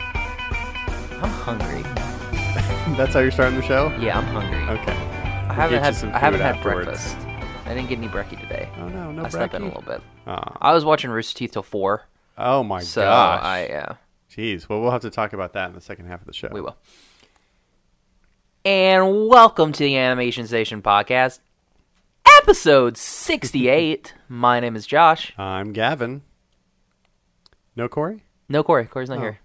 I'm hungry. That's how you're starting the show? Yeah, I'm hungry. Okay. I haven't get you had some I haven't food had afterwards. breakfast. I didn't get any brekkie today. Oh no, no I slept in a brekkie? little bit. I was watching Rooster Teeth till four, Oh my so gosh. I uh, Jeez. Well, we'll have to talk about that in the second half of the show. we will. And welcome to the Animation Station podcast, episode sixty-eight. My name is Josh. I'm Gavin. No Corey? No Corey. Corey's Oh, not here.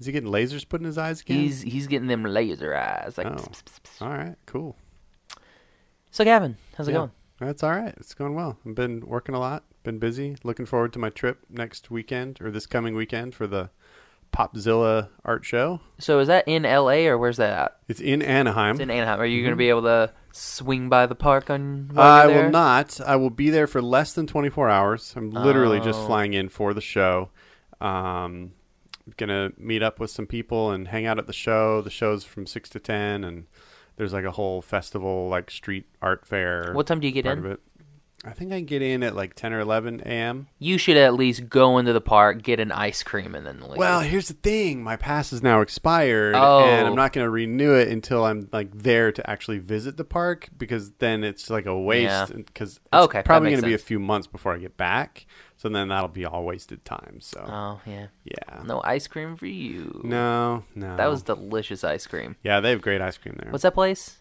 Is he getting lasers put in his eyes again? He's he's getting them laser eyes. Like, Oh. pss, pss, pss, pss. All right. Cool. so Gavin, how's it Yeah. going? That's all right. It's going well. I've been working a lot. Been busy. Looking forward to my trip next weekend or this coming weekend for the Popzilla art show. So is that in L.A. or where's that at? It's in Anaheim. It's in Anaheim. Are you going to be able to swing by the park on? while Mm-hmm. I you're will there? not. I will be there for less than 24 hours. I'm literally just Oh. flying in for the show. Um, gonna meet up with some people and hang out at the show. The show's from six to ten, and there's like a whole festival, like street art fair. What time do you get part in? of it. I think I get in at like 10 or 11 a.m. You should at least go into the park, get an ice cream, and then leave. Well, here's the thing: my pass is now expired, Oh. and I'm not going to renew it until I'm like there to actually visit the park because then it's like a waste Yeah. because it's Okay, that probably makes going to be a sense. few months before I get back. So then that'll be all wasted time. So oh yeah, yeah, no ice cream for you. no, no, that was delicious ice cream. yeah. They have great ice cream there. What's that place?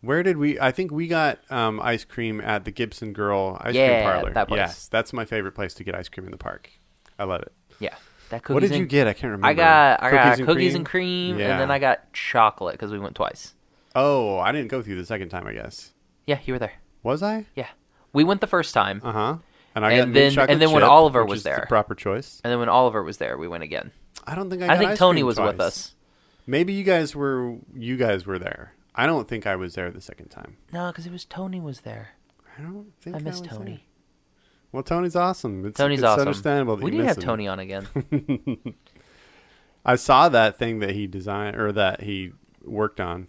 Where did we? I think we got um, ice cream at the Gibson Girl ice Yeah, cream parlor. that place. Yes, that's my favorite place to get ice cream in the park. I love it. Yeah, that cookies. What did and- you get? I can't remember. I got I got and cookies cream? and cream, Yeah. and then I got chocolate because we went twice. Oh, I didn't go through the second time. I guess. Yeah, you were there. Was I? Yeah, we went the first time, Uh huh. And I And got mint then- chocolate and then when chip, Oliver which was is the there. proper choice. and then when Oliver was there, we went again. I don't think I. I, Got think ice Tony cream was with twice. us. Maybe you guys were. You guys were there. I don't think I was there the second time. No, because it was Tony was there. I don't think I miss was Tony. there. Well, Tony's awesome. It's, Tony's it's awesome. understandable. That we you did miss have him. Tony on again. I saw that thing that he designed or that he worked on.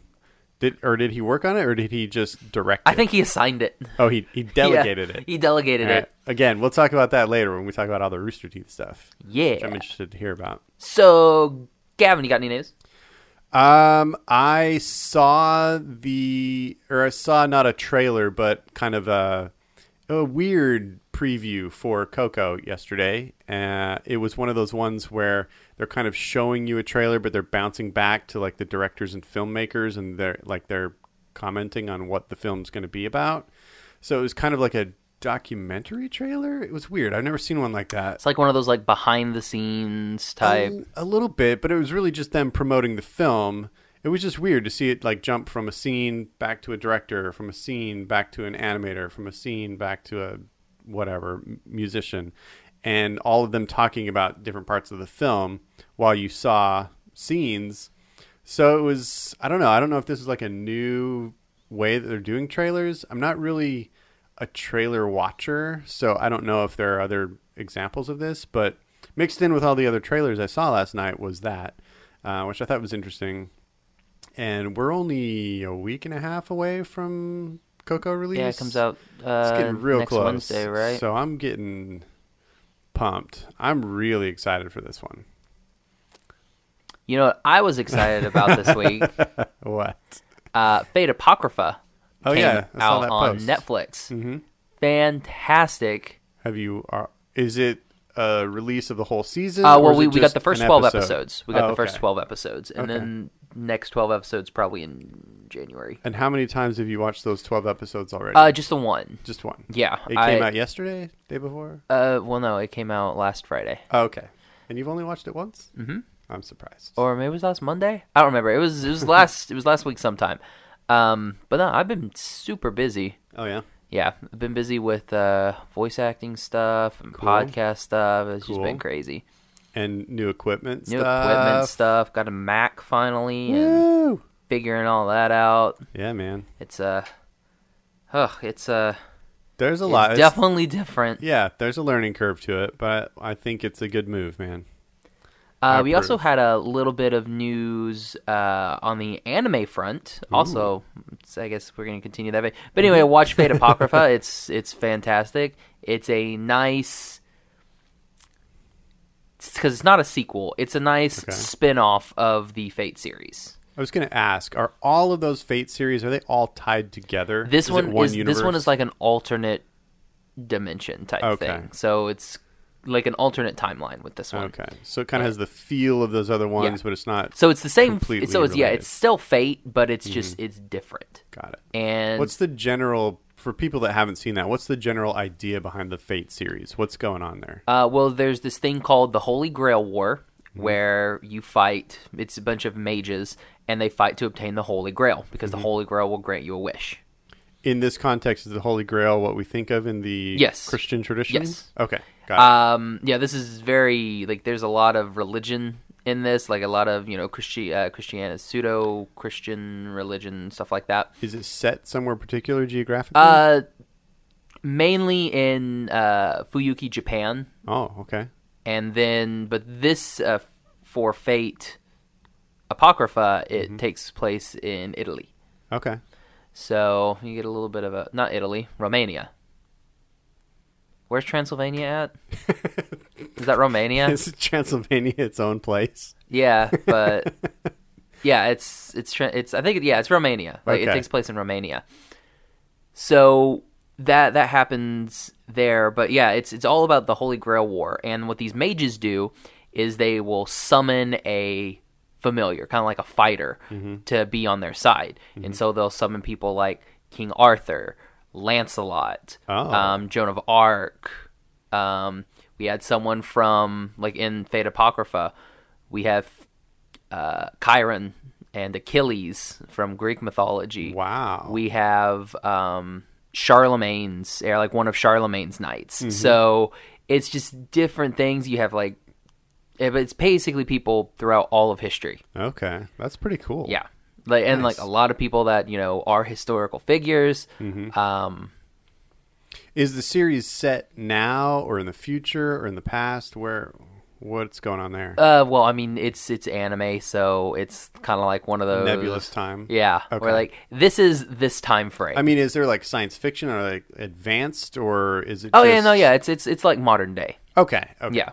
Did or did he work on it or did he just direct? I it? think he assigned it. Oh, he he Yeah, delegated it. He delegated All right. it. Again, we'll talk about that later when we talk about all the Rooster Teeth stuff. Yeah. Which I'm interested to hear about. So, Gavin, you got any news? Um, I saw the, or I saw not a trailer, but kind of a, a weird preview for Coco yesterday. Uh, it was one of those ones where they're kind of showing you a trailer, but they're bouncing back to like the directors and filmmakers, and they're like they're commenting on what the film's going to be about. So it was kind of like a documentary trailer. It was weird. I've never seen one like that. It's like one of those like behind the scenes type. A, a little bit, but it was really just them promoting the film. It was just weird to see it like jump from a scene back to a director, from a scene back to an animator, from a scene back to a whatever m- musician, and all of them talking about different parts of the film while you saw scenes. So it was. I don't know. I don't know if this is like a new way that they're doing trailers. I'm not really a trailer watcher, so I don't know if there are other examples of this. But mixed in with all the other trailers I saw last night was that, uh, which I thought was interesting. And we're only a week and a half away from Coco release. yeah, it comes out uh, It's getting real next close. Wednesday, right? So I'm getting pumped. I'm really excited for this one. You know what I was excited about this week? What? Uh, Fate Apocrypha Oh, came yeah, I saw out that on post. Mm-hmm. Netflix. Fantastic. Have you? Are, is it a release of the whole season? Uh, or well, is we, it we got just the first an 12 episode? episodes. We got Oh, the first okay. 12 episodes. And Okay. then next 12 episodes probably in January. And how many times have you watched those 12 episodes already? Uh, just the one. Just one. Yeah, It I- came out yesterday, day before? Uh, well, no, it came out last Friday, Oh, okay. And you've only watched it once? Mm-hmm. I'm surprised. or maybe it was last Monday. I don't remember. It was it was last it was last week sometime. Um, but no, I've been super busy. oh, yeah? Yeah, I've been busy with uh, voice acting stuff and podcast stuff. It's just Cool. been crazy. And new equipment New stuff. equipment stuff. Got a Mac finally, and Woo! figuring all that out. Yeah, man. It's uh, ugh, it's uh, There's a it's lot. It's- definitely different. yeah, there's a learning curve to it, but I think it's a good move, man. Uh, we I've also had heard. a little bit of news uh, on the anime front. Also, it's- I guess we're going to continue that. Way. But anyway, Mm-hmm. watch Fate Apocrypha. it's it's fantastic. It's a nice because it's not a sequel. It's a nice Okay. spin-off of the Fate series. I was going to ask, are all of those Fate series, are they all tied together? This Is it one, is this one universe? is like an alternate dimension type Okay. thing. So it's like an alternate timeline with this one. Okay. So it kind of has the feel of those other ones, but it's not. So it's the same. Completely so it's yeah, related. Mm-hmm. it's still Fate, but it's just it's different. Got it. And What's the general for people that haven't seen that? What's the general idea behind the Fate series? What's going on there? Uh, well, there's this thing called the Holy Grail War, where you fight. It's a bunch of mages, and they fight to obtain the Holy Grail because the Holy Grail will grant you a wish. In this context, is the Holy Grail what we think of in the Yes. Christian tradition? Yes. Okay. Got it. Um, yeah, this is very like. There's a lot of religion in this, like a lot of you know Christi- uh, Christian pseudo Christian religion stuff like that. Is it set somewhere particular geographically? Uh, mainly in uh, Fuyuki, Japan. oh, okay. and then but this uh, for fate apocrypha it takes place in italy Okay. so you get a little bit of a not italy romania where's transylvania at is that romania Is Transylvania its own place? yeah but yeah it's it's tra- it's i think yeah it's romania like it Okay. takes place in romania so that that happens there but yeah it's it's all about the holy grail war and what these mages do is they will summon a familiar kind of like a fighter to be on their side and so they'll summon people like king arthur lancelot Oh. um, joan of arc um, we had someone from like in fate apocrypha we have uh, chiron and achilles from greek mythology Wow. we have um Charlemagne's or like one of Charlemagne's knights. Mm-hmm. So it's just different things. You have like eh, but it's basically people throughout all of history. okay. That's pretty cool. Yeah. Like and like a lot of people that, you know, are historical figures. Mm-hmm. Um Is the series set now or in the future or in the past? Where what's going on there? uh well, I mean it's it's anime, so it's kind of like one of those Nebulous time. Yeah. Okay. Where like this is this time frame. I mean, is there like science fiction or like advanced or is it? oh yeah, just- no, yeah, it's it's it's like modern day. Okay. okay. Yeah.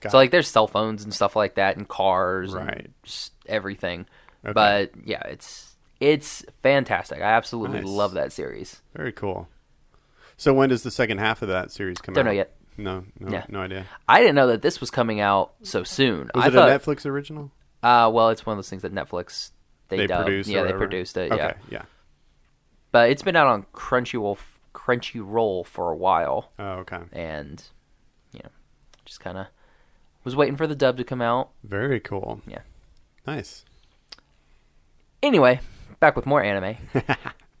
Got so it. like there's cell phones and stuff like that and cars Right. and just everything. But yeah, it's it's fantastic. I absolutely Nice. love that series. Very cool. So when does the second half of that series come Don't out? know yet. No, no, Yeah. no idea. I didn't know that this was coming out so soon. Was I it thought a Netflix original? uh well, it's one of those things that Netflix they, They dubbed. produced. or yeah, they whatever? produced it, Okay, yeah. yeah. But it's been out on Crunchyroll Crunchyroll for a while Oh, okay. and you know, just kind of was waiting for the dub to come out. Very cool. Yeah. Nice. Anyway, back with more anime.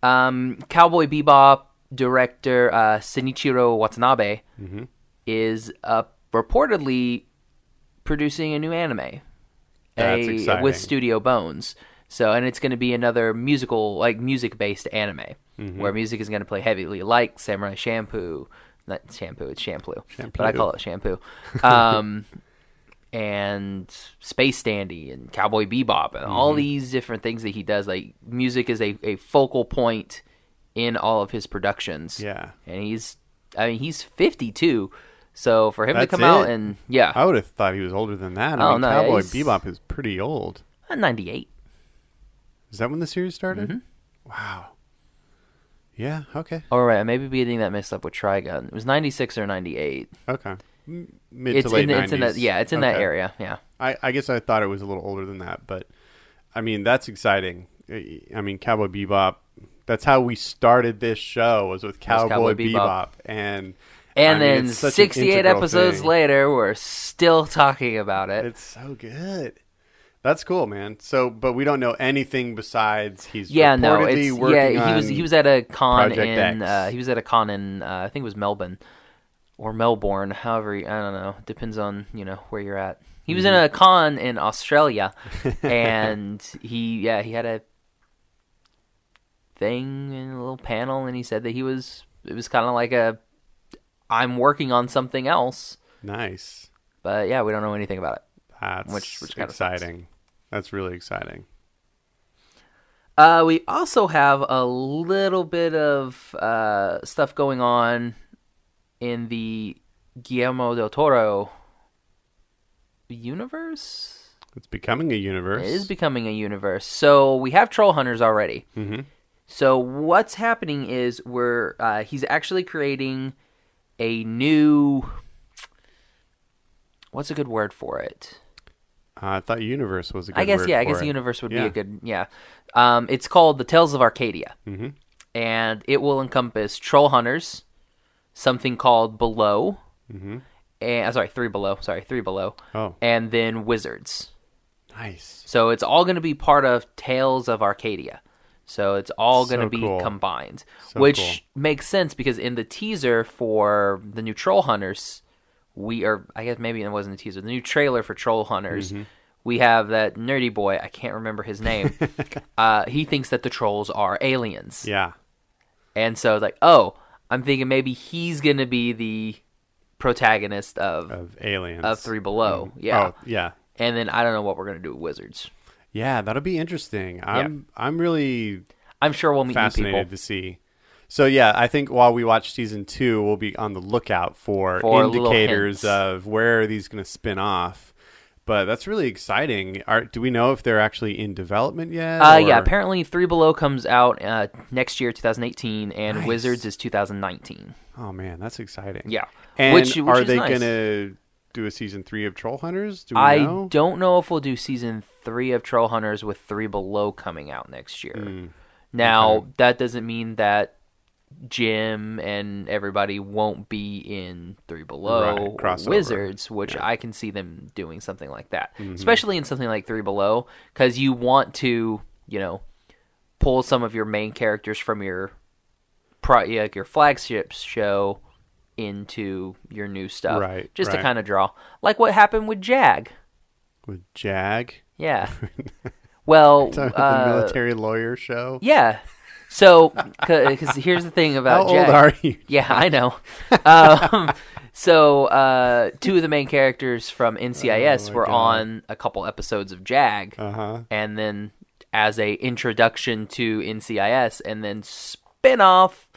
um, Cowboy Bebop director uh, Shinichiro Watanabe Mm-hmm. is uh, reportedly producing a new anime That's a- exciting. with Studio Bones. So, and it's going to be another musical, like music based anime, Mm-hmm. where music is going to play heavily, like Samurai Shampoo. Not shampoo, it's shampoo, but I call it shampoo. Um, and Space Dandy and Cowboy Bebop and all Mm-hmm. these different things that he does. Like music is a, a focal point in all of his productions. Yeah. and he's I mean he's fifty two, so for him That's to come out it? Oh. and yeah, I would have thought he was older than that. I Oh, mean, no, Cowboy he's- Bebop is pretty old. ninety eight. Is that when the series started? Mm-hmm. Wow. Yeah. Okay. All Oh, right, I may be getting that mixed up with Trigun. It was ninety six or ninety eight. Okay. M- Mid It's to late in it's in 90s. that yeah, it's in that Okay. area. Yeah, I, I guess I thought it was a little older than that, but I mean that's exciting. I mean, Cowboy Bebop. That's how we started this show was with Cowboy, Cowboy Bebop. Bebop. and And I mean, then it's such an 68 integral episodes thing. later, we're still talking about it. it's so good. That's cool, man. So, but we don't know anything besides he's yeah, no, reportedly it's yeah. working He was on- he was at a con Project in X. uh, he was at a con in uh, I think it was Melbourne or Melbourne, however you- I don't know. Depends on you know where you're at. He was Mm-hmm. in a con in Australia, and he yeah he had a thing and a little panel, and he said that he was it was kind of like a I'm working on something else, nice. but yeah, we don't know anything about it. That's Which- which kinda sucks. exciting. That's really exciting. Uh, we also have a little bit of uh, stuff going on in the Guillermo del Toro universe. It's becoming a universe. It is becoming a universe. So we have troll hunters already. Mm-hmm. So what's happening is we're uh, he's actually creating a new. What's a good word for it? Uh, I thought universe was a good I guess word yeah. I for guess it. universe would be Yeah. a good yeah. Um, it's called the Tales of Arcadia, mm-hmm. and it will encompass troll hunters, something called Below, mm-hmm. and sorry, three below, sorry, three below, Oh. and then wizards. Nice. So it's all going to be part of Tales of Arcadia. So it's all going to So be cool. combined, So which makes sense because in the teaser for the new Troll Hunters, we are. I guess maybe it wasn't a teaser. The new trailer for Troll Hunters, Mm-hmm. we have that nerdy boy. I can't remember his name. uh, he thinks that the trolls are aliens, Yeah. and so it's like, oh, I'm thinking maybe he's going to be the protagonist of Of aliens. of Three Below. Yeah, Oh, yeah. and then I don't know what we're going to do with wizards. Yeah, that'll be interesting. I'm I'm really I'm sure we'll meet new people. fascinated to see. So yeah, I think while we watch season two, we'll be on the lookout for, For little indicators hints. of where are these going to spin off. But that's really exciting. Are, do we know if they're actually in development yet? Uh, yeah, or- apparently Three Below comes out uh, next year, 2018, and Nice. Wizards is 2019. Oh man, that's exciting. Yeah. And Which- which are is they nice. going to do a season three of Troll Hunters? Do we I know? don't know if we'll do season three of Troll Hunters with Three Below coming out next year. Hmm. Now, that doesn't mean that Jim and everybody won't be in Three Right, Below or crossover. Wizards, which I can see them doing something like that, Mm-hmm. especially in something like Three Below, because you want to, you know, pull some of your main characters from your pro- yeah, like your flagship show into your new stuff, Right, Just to right. kind of draw, like what happened with Jag. With Jag, Yeah. well, Talking about the uh, military lawyer show. yeah. So, because here's the thing How about old Jag. are you? Yeah, I know. um, so, uh, two of the main characters from NCIS Oh, my were God. on a couple episodes of Jag, Uh huh. and then as a introduction to NCIS, and then spin off,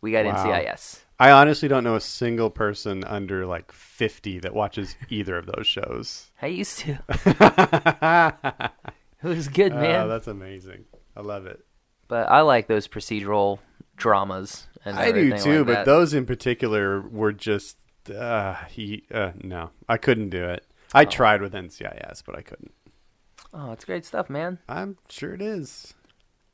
we got NCIS. I honestly don't know a single person under like 50 that watches either of those shows. I used to. it was good, man. Oh, that's amazing. I love it. but I like those procedural dramas. And I do everything too, like but that. those in particular were just uh, he, uh no. I couldn't do it. I tried with NCIS, but I couldn't. Oh, it's great stuff, man. I'm sure it is.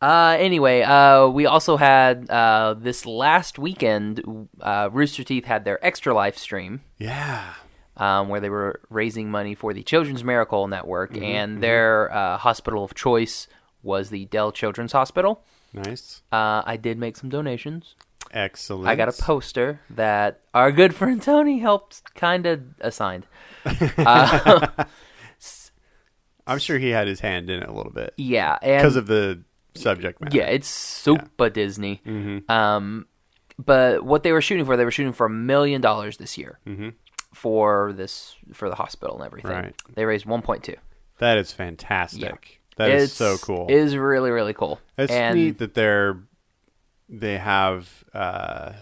Uh, anyway, uh, we also had uh, this last weekend, uh, Rooster Teeth had their extra live stream Yeah. um, where they were raising money for the Children's Miracle Network, and their uh, hospital of choice was the Dell Children's Hospital. Nice. Uh, I did make some donations. Excellent. I got a poster that our good friend Tony helped kind of assigned. I'm sure he had his hand in it a little bit Yeah, and because of the subject matter. E Yeah, it's super Disney. Mm-hmm. Um, but what they were shooting for, they were shooting for a million dollars this year for this for the hospital and everything. Mm-hmm. Right. They raised one point two. That is fantastic. That is so cool. It is really really cool. It's and neat that they're they have uh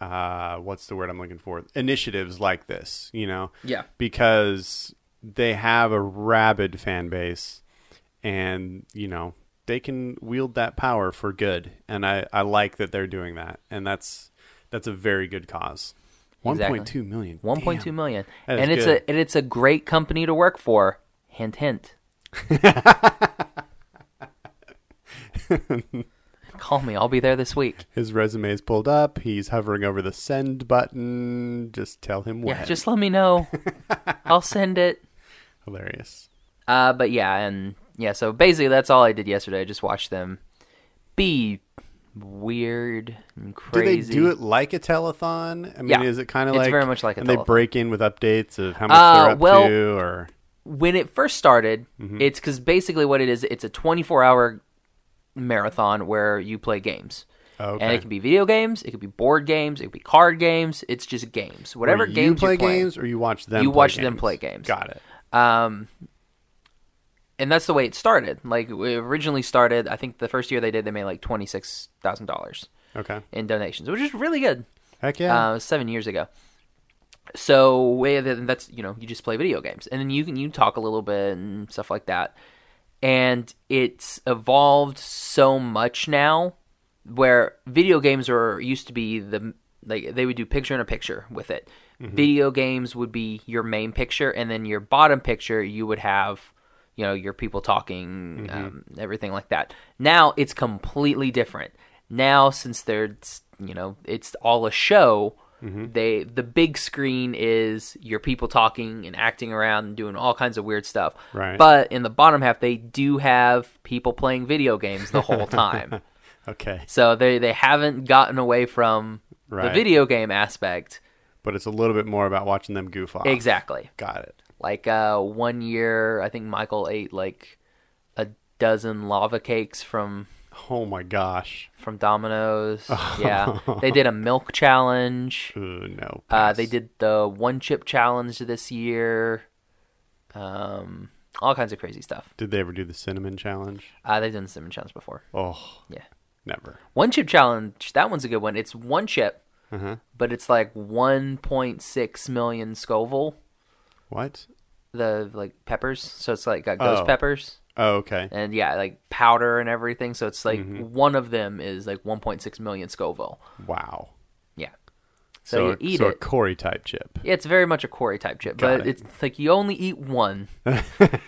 uh what's the word I'm looking for? Initiatives like this, you know. Yeah. Because they have a rabid fan base and, you know, they can wield that power for good. And I I like that they're doing that. And that's that's a very good cause. Exactly. 1.2 million. one point two Damn. million, That is and it's good. a and it's a great company to work for. Hint hint. Call me. I'll be there this week. His resume is pulled up. He's hovering over the send button. Just tell him when. Yeah, just let me know. I'll send it. Hilarious. Uh, but yeah, and yeah, so basically that's all I did yesterday. I just watched them be weird and Do crazy. they do it like a telethon? I mean, Yeah. is it kind of It's like very much like a and they telethon. break in with updates of how much Uh, they're up well- to, or When it first started, Mm-hmm. it's because basically what it is, it's a 24 hour marathon where you play games. Oh, okay. And it can be video games, it could be board games, it could be card games. It's just games. Whatever you games play you're playing. games, or you watch them. You play watch games. them play games. Got it. and that's the way it started. Like it originally started, I think the first year they did, they made like twenty six thousand dollars Okay. in donations, which is really good. Heck yeah. Uh, seven years ago. So way that- that's you know you just play video games, and then you can you talk a little bit and stuff like that. And it's evolved so much now, where video games are used to be the like they would do picture in a picture with it. Video games would be your main picture, and then your bottom picture you would have you know your people talking Mm-hmm. um, everything like that now it's completely different now since they're you know it's all a show Mm-hmm. they the big screen is your people talking and acting around and doing all kinds of weird stuff Right. but in the bottom half they do have people playing video games the whole time okay. so they they haven't gotten away from the Right. video game aspect But it's a little bit more about watching them goof off. exactly Got it. like uh, one year i think michael ate like a dozen lava cakes from Oh my gosh. from domino's yeah they did a milk challenge Uh, no. uh, pass. they did the one chip challenge this year um, all kinds of crazy stuff Did they ever do the cinnamon challenge? uh, they've done cinnamon challenge before Oh, yeah never. one chip challenge that one's a good one it's one chip but it's like 1.6 million scoville What? the like peppers so it's like got ghost Oh. peppers Oh, okay. and yeah, like powder and everything. So it's like Mm-hmm. one of them is like 1.6 million Scoville. Wow. Yeah. So, you a- eat so a it. Cory type chip. Yeah, it's very much a quarry type chip, Got but it. it's like you only eat one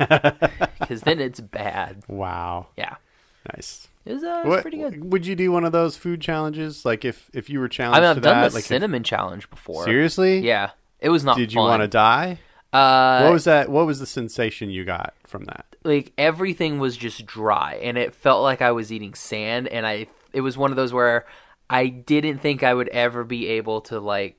because then it's bad. Wow. Yeah. Nice. It was, uh, it was What, pretty good. Would you do one of those food challenges? Like if if you were I challenged mean, I've to done that, the like if- cinnamon challenge before. seriously, Yeah. It was not Did you fun. want to die? Uh, what was that? What was the sensation you got from that? like everything was just dry and it felt like I was eating sand and I it was one of those where I didn't think I would ever be able to like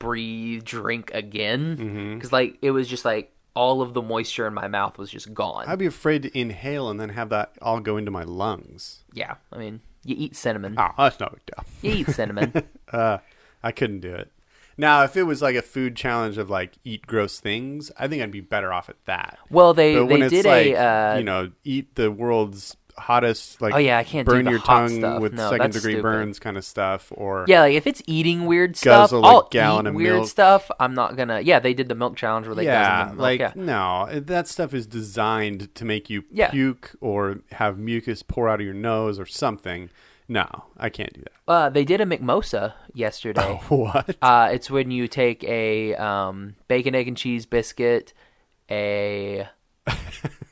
breathe drink again Mm-hmm. cuz like it was just like all of the moisture in my mouth was just gone. I'd be afraid to inhale and then have that all go into my lungs. yeah, I mean, you eat cinnamon. Oh, that's no big deal. You eat cinnamon. I couldn't do it. Now, if it was like a food challenge of like eat gross things, I think I'd be better off at that. Well, they but when they it's did like, a uh, you know, eat the world's hottest, like Oh, yeah, I can't do burn the your hot tongue stuff. with No, second that's degree stupid. burns kind of stuff, or yeah, like if it's eating weird stuff, Guzzle a I'll gallon eat of weird milk. stuff. I'm not gonna. Yeah, they did the milk challenge where they Yeah, guzzled the milk. like yeah. no, that stuff is designed to make you Yeah. puke or have mucus pour out of your nose or something. No, I can't do that. Uh, they did a McMosa yesterday. What? Uh, it's when you take a um, bacon, egg, and cheese biscuit, a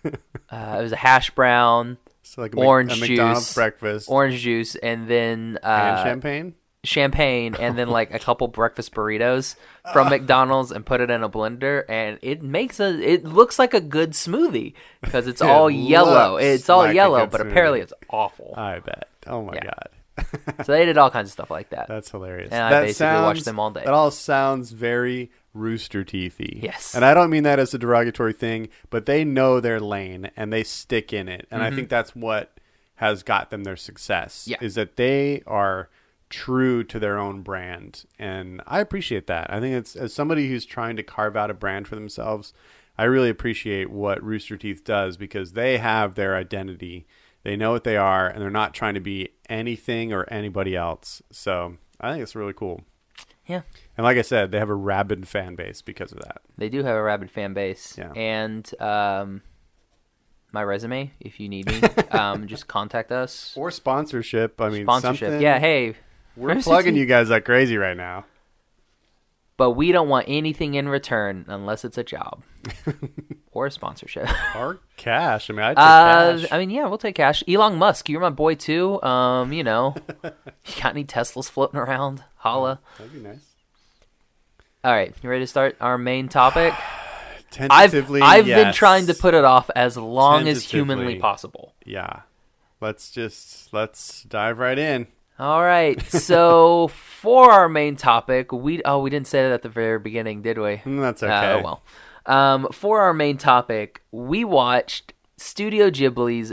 uh, it was a hash brown, So like a, Mc- orange a juice, McDonald's breakfast orange juice, and then and uh, champagne. champagne, and then like a couple breakfast burritos from McDonald's, and put it in a blender, and it makes a it looks like a good smoothie because it's all yellow. looks It's all like a yellow, good but smoothie. apparently it's awful. I bet. Oh my Yeah. god. so they did all kinds of stuff like that. That's hilarious. And I that basically sounds, watched them all day. That all sounds very rooster teethy. Yes. And I don't mean that as a derogatory thing, but they know their lane and they stick in it. And I think that's what has got them their success. Yeah. Is that they are true to their own brand. And I appreciate that. I think it's as somebody who's trying to carve out a brand for themselves, I really appreciate what Rooster Teeth does because they have their identity. They know what they are and they're not trying to be anything or anybody else. So I think it's really cool. yeah. And like I said, they have a rabid fan base because of that. They do have a rabid fan base. Yeah. And um, my resume, if you need me, um, just contact us. Or sponsorship. I mean, Sponsorship. something. Yeah, hey. We're plugging you guys like crazy right now. But we don't want anything in return unless it's a job or sponsorship. Or cash. I mean, I take Uh, cash. I mean, yeah, we'll take cash. Elon Musk, you're my boy too. Um, you know, you got any Teslas floating around? Holla! That'd be nice. All right, you ready to start our main topic? I've Tentatively, I've been yes. trying to put it off as long as humanly Tentatively. possible. Yeah. Let's just let's dive right in. All right, so for our main topic, we oh we didn't say that at the very beginning, did we? Mm, That's okay. Uh, oh well. Um, for our main topic, we watched Studio Ghibli's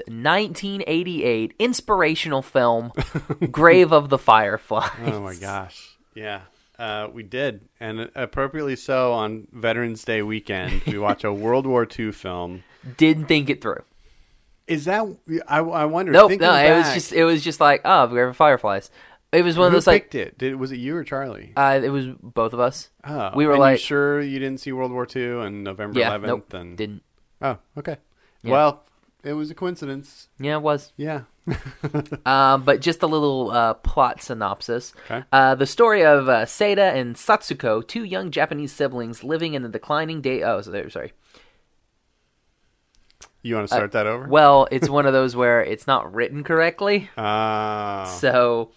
1988 inspirational film, Grave of the Fireflies. Oh my gosh. Yeah. Uh, we did, and appropriately so on Veterans Day weekend. We watch a World War II film. Didn't think it through. Is that I? I wonder. Nope, thinking no, it was back, just it was just like oh, Grave of Fireflies. It was one of who those like picked it? Did was it you or Charlie? uh, it was both of us. Oh, we were and you like sure you didn't see World War II and November yeah, 11th. nope, and didn't. Oh, okay. Well, it was a coincidence. Yeah, it was. Yeah. Um, but just a little uh, plot synopsis. Okay. Uh, the story of uh, Seda and Satsuko, two young Japanese siblings living in the declining day. Oh, so there, sorry. You want to start that over? Well, it's one of those where it's not written correctly. Ah. So,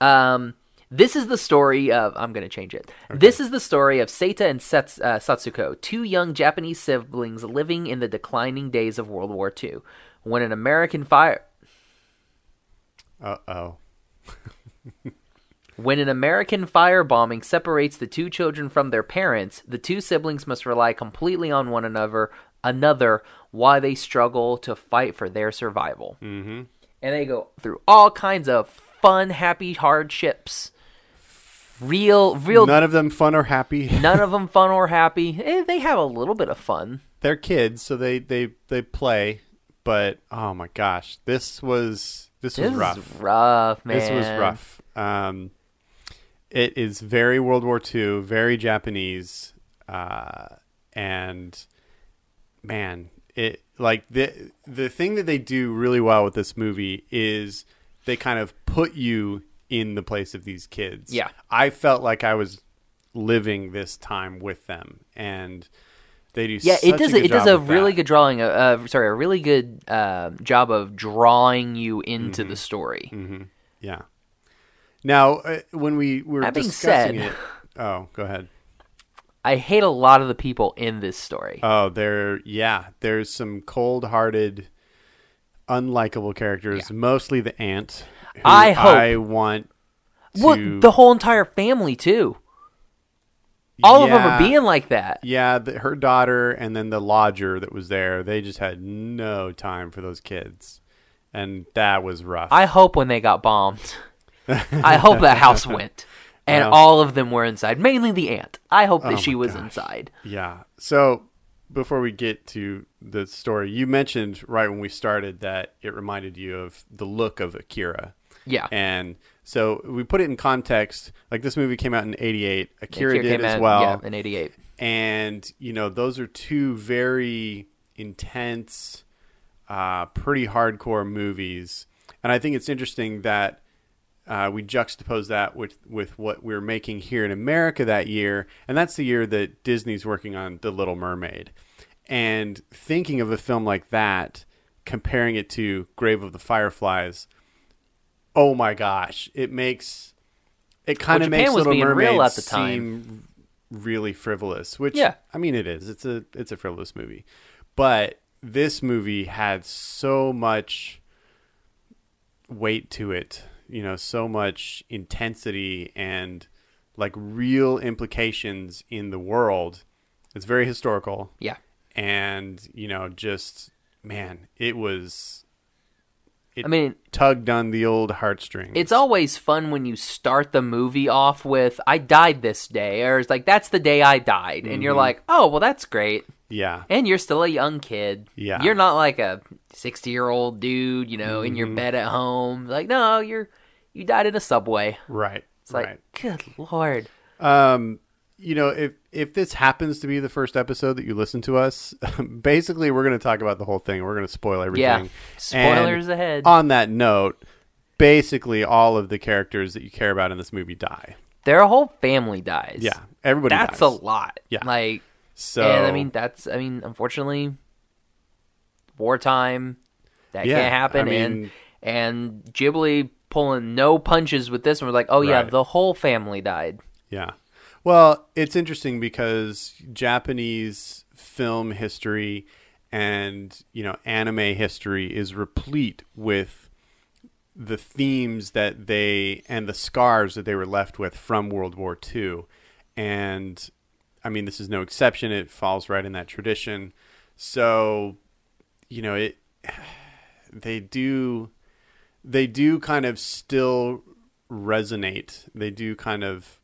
um, this is the story of. I'm going to change it. This is the story of Seta and Sets, uh, Satsuko, two young Japanese siblings living in the declining days of World War II, when an American fire uh oh. When an American firebombing separates the two children from their parents, the two siblings must rely completely on one another, another, while they struggle to fight for their survival. Mm-hmm. And they go through all kinds of fun, happy hardships. Real, real. None, None of them fun or happy. of them fun or happy. Eh, they have a little bit of fun. They're kids, so they they they play. But oh my gosh, this was this, This was rough. is rough, man. This was rough. Um, it is very World War II, very Japanese, uh, and man, it like the the thing that they do really well with this movie is they kind of put you in the place of these kids. Yeah. I felt like I was living this time with them, and they do. Yeah, such it does. A good It does a job with really that. good drawing. Uh, uh, sorry, a really good uh, job of drawing you into Mm-hmm. the story. Yeah. Now, uh, when we were That being discussing said- it, oh, go ahead. I hate a lot of the people in this story. Oh, there, yeah. There's some cold-hearted, unlikable characters, mostly the aunt. Who I hope- I want. To, Well, the whole entire family too. All of them are Yeah. being like that. Yeah, the, her daughter and then the lodger that was there. They just had no time for those kids, and that was rough. I hope when they got bombed, I hope that house went, and Well. all of them were inside. Mainly the aunt. I hope Oh that she was inside. Yeah. So before we get to the story, you mentioned right when we started that it reminded you of the look of Akira. Yeah. And so we put it in context. Like this movie came out in '88. Akira, Akira did came as out, well. Yeah, in '88. and you know those are two very intense uh, pretty hardcore movies and i think it's interesting that uh, we juxtapose that with, with what we're making here in america that year and that's the year that disney's working on the little mermaid and thinking of a film like that comparing it to grave of the fireflies oh my gosh it makes it kind Well, of Japan makes was little being real mermaid at the time. seem really frivolous, which Yeah. I mean it is. It's a it's a frivolous movie. But this movie had so much weight to it, you know, so much intensity and like real implications in the world. It's very historical Yeah. and, you know, just man, it was it I mean, tugged on the old heartstrings. it's always fun when you start the movie off with "I died this day," or it's like "That's the day I died," and Mm-hmm. you're like, "Oh, well, that's great." yeah. And you're still a young kid. Yeah. You're not like a 60 year old dude, you know, in Mm-hmm. your bed at home. Like, no, you're, you died in a subway. Right. It's like, right. good lord. um you know if if this happens to be the first episode that you listen to us basically we're going to talk about the whole thing we're going to spoil everything Yeah. And Spoilers ahead. on that note basically all of the characters that you care about in this movie die Their whole family dies. yeah everybody That's dies. a lot. Yeah. Like, So and I mean that's I mean unfortunately, wartime that Yeah, can't happen. I mean- and and Ghibli pulling no punches with this one. We're like, oh yeah, Right. the whole family died. Yeah. Well, it's interesting because Japanese film history and, you know, anime history is replete with the themes that they and the scars that they were left with from World War II. And I mean, this is no exception. It falls right in that tradition. So, you know, it they do they do kind of still resonate. They do kind of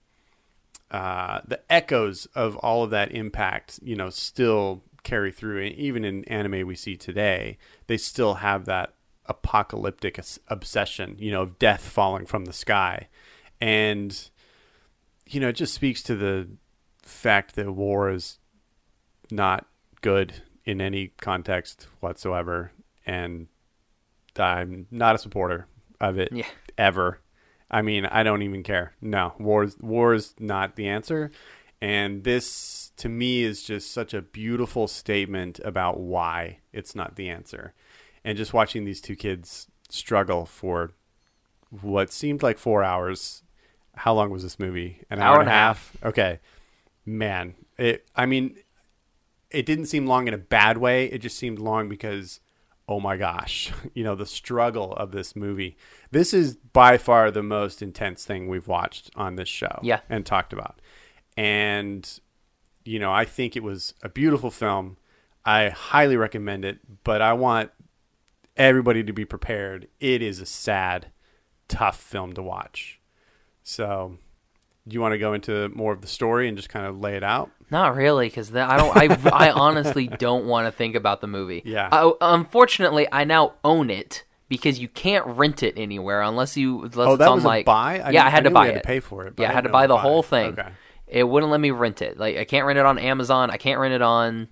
uh, the echoes of all of that impact, you know, still carry through. And even in anime we see today, they still have that apocalyptic obs- obsession, you know, of death falling from the sky. And, you know, it just speaks to the fact that war is not good in any context whatsoever. And I'm not a supporter of it Yeah. ever. I mean, I don't even care. No, war's war's not the answer. And this to me is just such a beautiful statement about why it's not the answer. And just watching these two kids struggle for what seemed like 4 hours. How long was this movie? An hour, and a half. Okay. Man, it I mean it didn't seem long in a bad way. It just seemed long because, oh my gosh, you know, the struggle of this movie. This is by far the most intense thing we've watched on this show Yeah. and talked about. And, you know, I think it was a beautiful film. I highly recommend it, but I want everybody to be prepared. It is a sad, tough film to watch. So, do you want to go into more of the story and just kind of lay it out? Not really, because I don't. I, I honestly don't want to think about the movie. Yeah. I, unfortunately, I now own it because you can't rent it anywhere unless you unless Oh, it's that on was a like buy? I yeah, I didn't- I had to knew we buy had to it. pay for it, but I Yeah, I had didn't to know buy the buy. whole thing. Okay. It wouldn't let me rent it. Like I can't rent it on Amazon. I can't rent it on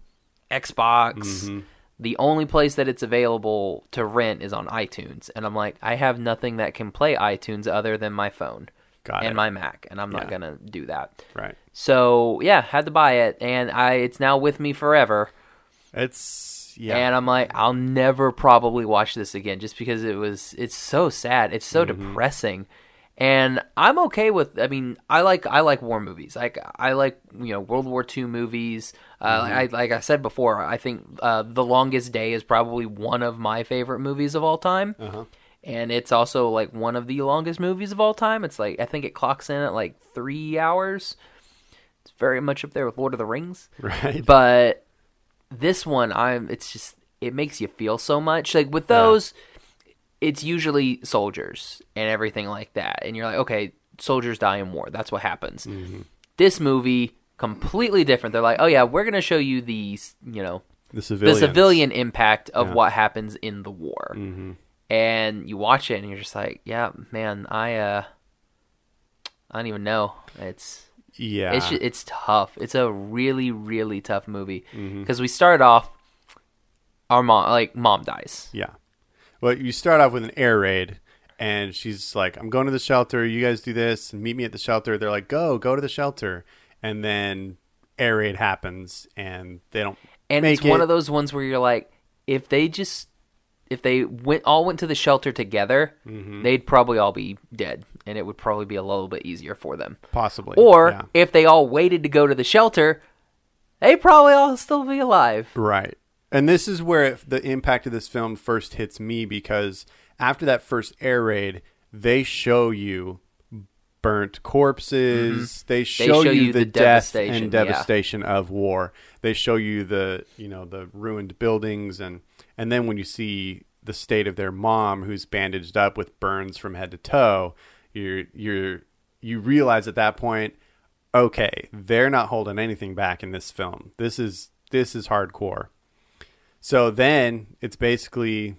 Xbox. Mm-hmm. The only place that it's available to rent is on iTunes, and I'm like, I have nothing that can play iTunes other than my phone Got and it. my Mac, and I'm not Yeah. gonna do that. Right. So yeah, had to buy it, and I it's now with me forever. It's yeah. And um, I'm like, I'll never probably watch this again, just because it was it's so sad, it's so depressing, and I'm okay with. I mean, I like I like war movies, like I like you know World War II movies. Uh, I like I said before, I think uh, The Longest Day is probably one of my favorite movies of all time. And it's also like one of the longest movies of all time. It's like I think it clocks in at like three hours. It's very much up there with Lord of the Rings right. but this one i'm it's just it makes you feel so much like with those it's usually soldiers and everything like that and you're like okay soldiers die in war that's what happens this movie completely different they're like oh yeah we're gonna show you these you know the civilian. the civilian impact of what happens in the war and you watch it and you're just like yeah man i uh i don't even know it's Yeah. it's ju- it's tough. It's a really really tough movie Mm-hmm. because we start off our mom like mom dies. yeah. Well, you start off with an air raid, and she's like, "I'm going to the shelter. You guys do this and meet me at the shelter." They're like, "Go, go to the shelter," and then air raid happens, and they don't. And make it's one it. of those ones where you're like if they just if they went all went to the shelter together, Mm-hmm. they'd probably all be dead and it would probably be a little bit easier for them. possibly Or Yeah. if they all waited to go to the shelter, they'd probably all still be alive. Right. And this is where it, the impact of this film first hits me because after that first air raid, they show you burnt corpses. They, show show you, you the, the death devastation, and yeah. devastation of war. They show you the you know the ruined buildings and and then when you see the state of their mom who's bandaged up with burns from head to toe, you're you're you realize at that point okay, they're not holding anything back in this film. This is this is hardcore. So then it's basically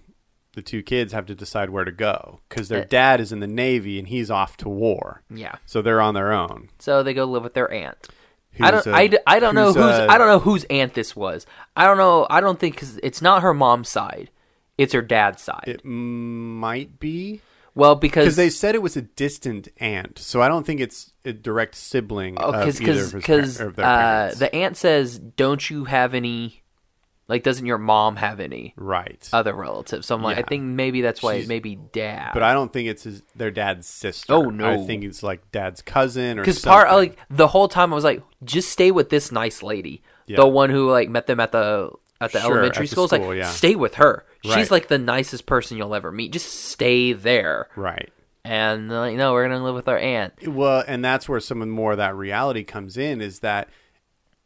the two kids have to decide where to go because their Eh. dad is in the navy and he's off to war. Yeah. So they're on their own. So they go live with their aunt. I Who's don't. a- I, d- I don't know who's whose. a- I don't know whose aunt this was. I don't know. I don't think because it's not her mom's side. It's her dad's side. It might be. Well, because Because they said it was a distant aunt, so I don't think it's a direct sibling Oh, of because uh, either of his because par- of their uh, parents. the aunt says, "Don't you have any? Like, doesn't your mom have any right. other relatives?" So I'm like, I Yeah. think maybe that's why it She's- may be dad. but I don't think it's his, their dad's sister. Oh, no. I think it's like dad's cousin or because part something. like the whole time I was like, just stay with this nice lady, Yeah. the one who like met them at the at the Sure, elementary at the school. It's like, school, yeah. stay with her. She's Right. like the nicest person you'll ever meet. Just stay there. right. And they're like, no, we're gonna live with our aunt. Well, and that's where some of more of that reality comes in is that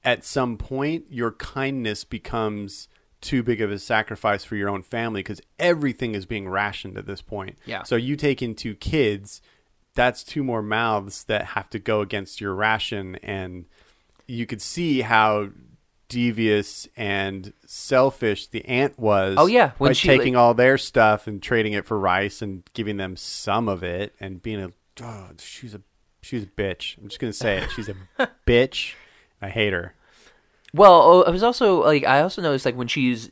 at some point your kindness becomes too big of a sacrifice for your own family because everything is being rationed at this point. Yeah. So you take in two kids, that's two more mouths that have to go against your ration and you could see how devious and selfish the aunt was Oh, yeah, when by she, taking like- all their stuff and trading it for rice and giving them some of it and being a oh, she's a she's a bitch i'm just gonna say it she's a bitch i hate her Well, oh, I was also like, I also noticed like when she's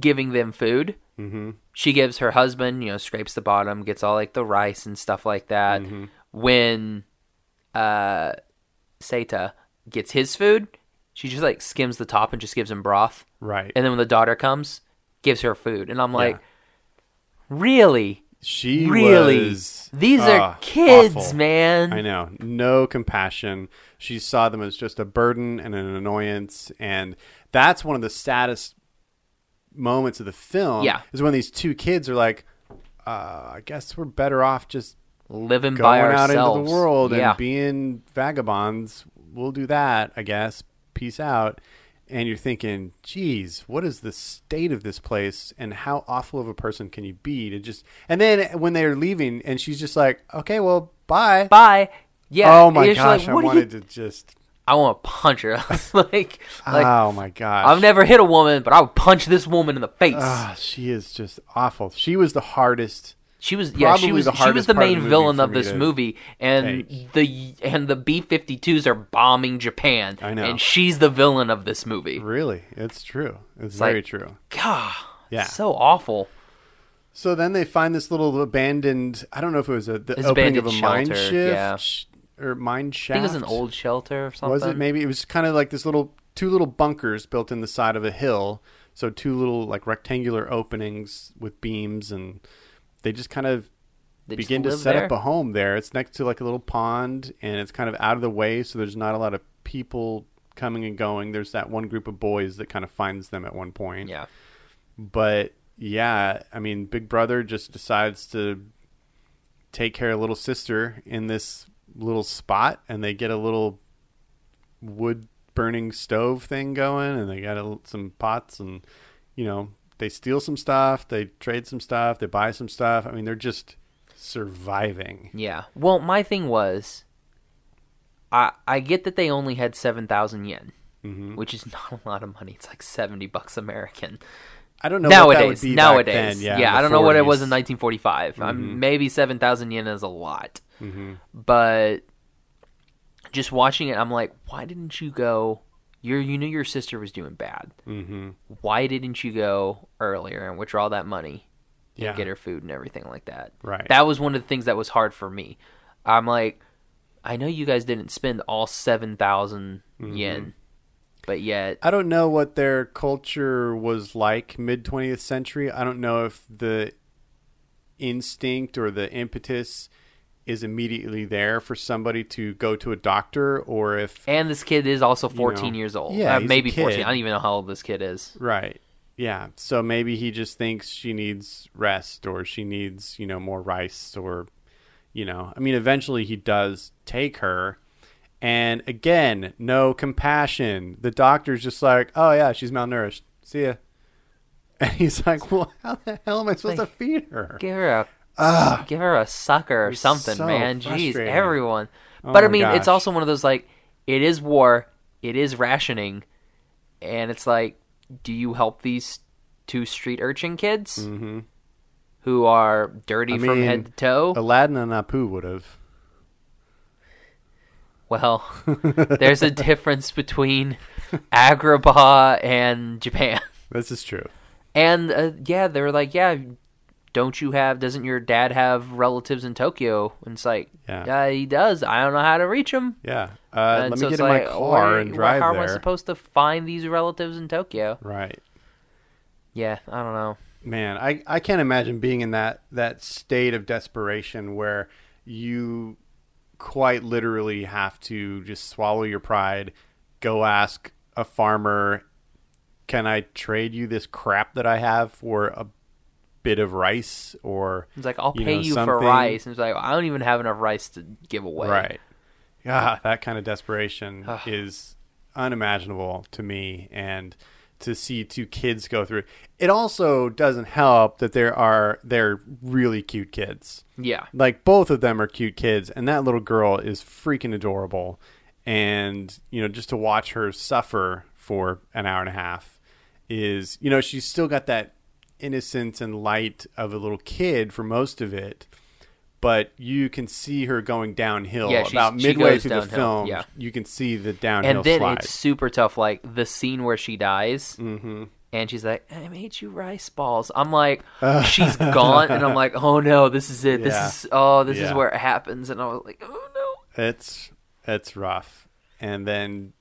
giving them food, Mm-hmm. she gives her husband, you know, scrapes the bottom, gets all like the rice and stuff like that. Mm-hmm. When uh, Seta gets his food, she just like skims the top and just gives him broth. right And and then when the daughter comes, gives her food, and I'm like, really, she really, was, these ah, are kids, awful. man. i know no compassion she saw them as just a burden and an annoyance and that's one of the saddest moments of the film Yeah. is when these two kids are like uh, i guess we're better off just Living by going out ourselves, into the world yeah. and being vagabonds. We'll do that, I guess. Peace out. And you're thinking, geez, what is the state of this place and how awful of a person can you be to just. And then when they're leaving, and she's just like, okay, well, bye. Bye. Yeah. Oh my You're just like, gosh, I what are you wanted to just. I want to punch her. I was like, like oh my gosh. I've never hit a woman, but I would punch this woman in the face. Ah, she is just awful. She was the hardest. she was, yeah, she probably was, the she was hardest the part of main the movie villain for of me this to movie, and take. the and the B 52s are bombing Japan. I know. and she's the villain of this movie. Really, it's true. It's, like- very true. God, Yeah. so awful. So then they find this little abandoned. I don't know if it was a the This opening of a abandoned mine shelter, shift yeah. sh- or mine I shaft. think it was an old shelter or something. Was it maybe? It was kind of like this little two little bunkers built in the side of a hill. So two little like rectangular openings with beams, and they just kind of They just begin to live set there? up a home there. It's next to like a little pond, and it's kind of out of the way, so there's not a lot of people coming and going. There's that one group of boys that kind of finds them at one point Yeah, but yeah, I mean, Big Brother just decides to take care of little sister in this little spot, and they get a little wood burning stove thing going, and they got a, some pots, and you know, they steal some stuff, they trade some stuff, they buy some stuff. I mean, they're just surviving. yeah. Well, my thing was, I I get that they only had seven thousand yen, Mm-hmm. which is not a lot of money. It's like seventy bucks American. I don't know what that nowadays, would be back nowadays, then, yeah, in the I don't know what it was 40s. in 1945. Mm-hmm. Um, maybe 7,000 yen is a lot, but just watching it, I'm like, why didn't you go? Your, you knew your sister was doing bad. Mm-hmm. Why didn't you go earlier and withdraw that money and Yeah. get her food and everything like that? Right. That was one of the things that was hard for me. I'm like, I know you guys didn't spend all 7,000 Mm-hmm. yen, but yet I don't know what their culture was like mid 20th century. I don't know if the instinct or the impetus is immediately there for somebody to go to a doctor or if And this kid is also 14 know. years old. Yeah, Uh, he's a maybe kid. 14. I don't even know how old this kid is. right. Yeah, so maybe he just thinks she needs rest or she needs, you know, more rice or you know. I mean, eventually he does take her and again, no compassion. The doctor's just like, "Oh yeah, she's malnourished. See ya." And he's like, "Well, how the hell am I supposed Like, to feed her?" Give her a give her a sucker or something, so man. Jeez, frustrating. Oh everyone. but I my mean, it's gosh. also one of those like it is war, it is rationing, and it's like do you help these two street urchin kids who are dirty Mm-hmm. I from mean, head to toe? Aladdin and Apu would have. Well, there's a difference between Agrabah and Japan. This is true. And uh, yeah, they were like, yeah, don't you have? Doesn't your dad have relatives in Tokyo?" And it's like, Yeah. "Yeah, he does. I don't know how to reach him." Yeah. Uh, and let so me it's get in like, my car where- and drive How am I there. supposed to find these relatives in Tokyo? right. Yeah, I don't know. Man, I, I can't imagine being in that that state of desperation where you quite literally have to just swallow your pride, go ask a farmer, "Can I trade you this crap that I have for a bit of rice?" Or It's like I'll you pay know, you for something?" rice, and it's like I don't even have enough rice to give away. Right. Yeah, that kind of desperation is unimaginable to me and to see two kids go through. it. It also doesn't help that there are they're really cute kids. Yeah. Like both of them are cute kids and that little girl is freaking adorable and you know just to watch her suffer for an hour and a half is you know she's still got that innocence and light of a little kid for most of it but you can see her going downhill Yeah, she's- about she midway goes through the downhill, film yeah. you can see the downhill and then slide it's super tough. Like the scene where she dies, Mm-hmm. and she's like, "I made you rice balls." I'm like, she's gone, and I'm like, "Oh no, this is it. Yeah. This is oh, this is Yeah. where it happens." And I was like, "Oh no." it's it's rough and then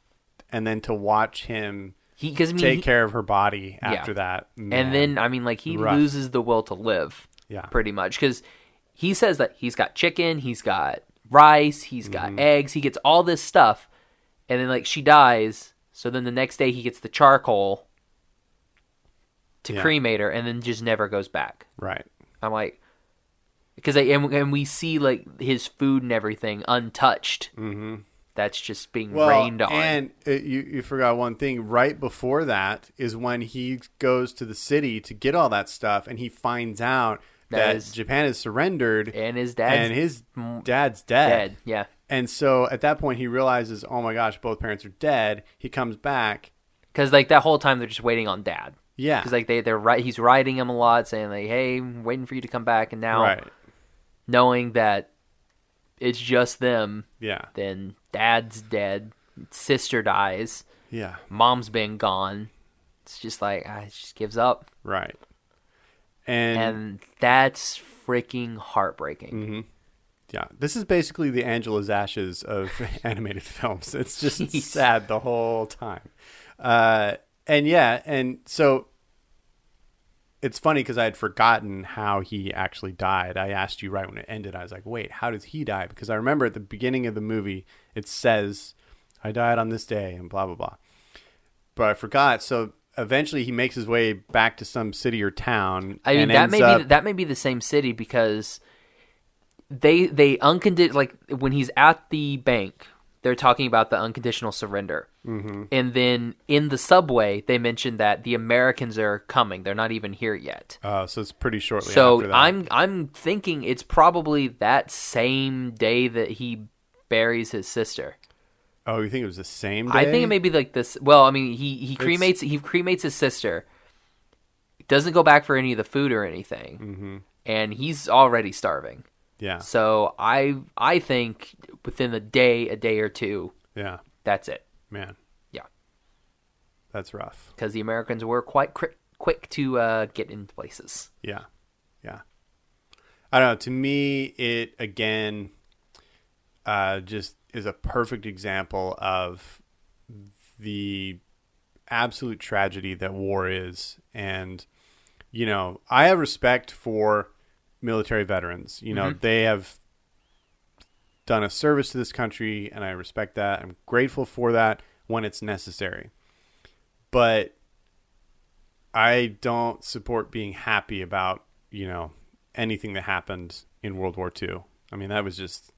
and then to watch him He because I mean, take he- care of her body after that man. and then I mean, like he Rough. loses the will to live. Yeah. pretty much because he says that he's got chicken, he's got rice, he's Mm-hmm. got eggs, he gets all this stuff, and then like she dies. So then the next day he gets the charcoal to Yeah. cremate her, and then just never goes back. right I'm like, because and, and we see like his food and everything untouched. Mm-hmm. That's just being rained on. And uh you, you forgot one thing. Right before that is when he goes to the city to get all that stuff, and he finds out That that, is- Japan is surrendered, And his dad's and his dad's dead. dead. Yeah, And so at that point, he realizes, oh my gosh, both parents are dead. He comes back. because like that whole time they're just waiting on dad. Yeah, Because like they they're right, he's writing him a lot, saying like, "Hey, I'm waiting for you to come back." And now, right. knowing that it's just them, Yeah, then dad's dead, sister dies, yeah. mom's been gone. It's just like I just gives up, Right. And, and that's freaking heartbreaking. yeah, this is basically the Angela's Ashes of animated films. It's just sad the whole time. Uh, and yeah, and so it's funny because I had forgotten how he actually died. I asked you right when it ended. I was like, wait, how does he die? Because I remember at the beginning of the movie, it says, I died on this day and blah, blah, blah. But I forgot. So eventually he makes his way back to some city or town. I mean, and that ends may be up- that may be the same city because they they uncondi like when he's at the bank, they're talking about the unconditional surrender, mm-hmm. and then in the subway they mention that the Americans are coming; they're not even here yet. Uh, so it's pretty shortly after so that. I'm I'm thinking it's probably that same day that he buries his sister. Oh, you think it was the same day? I think it may be like this. Well, I mean, he he cremates he cremates his sister. Doesn't go back for any of the food or anything, mm-hmm. and he's already starving. Yeah, So I I think within a day, a day or two, yeah, that's it. man, Yeah, that's rough. because the Americans were quite quick quick to uh, get in places. Yeah, yeah. I don't know. To me, it again, uh, just is a perfect example of the absolute tragedy that war is, and you know, I have respect for military veterans. You know, they have done a service to this country, and I respect that. I'm grateful for that when it's necessary. But I don't support being happy about, you know, anything that happened in World War II. I mean, that was just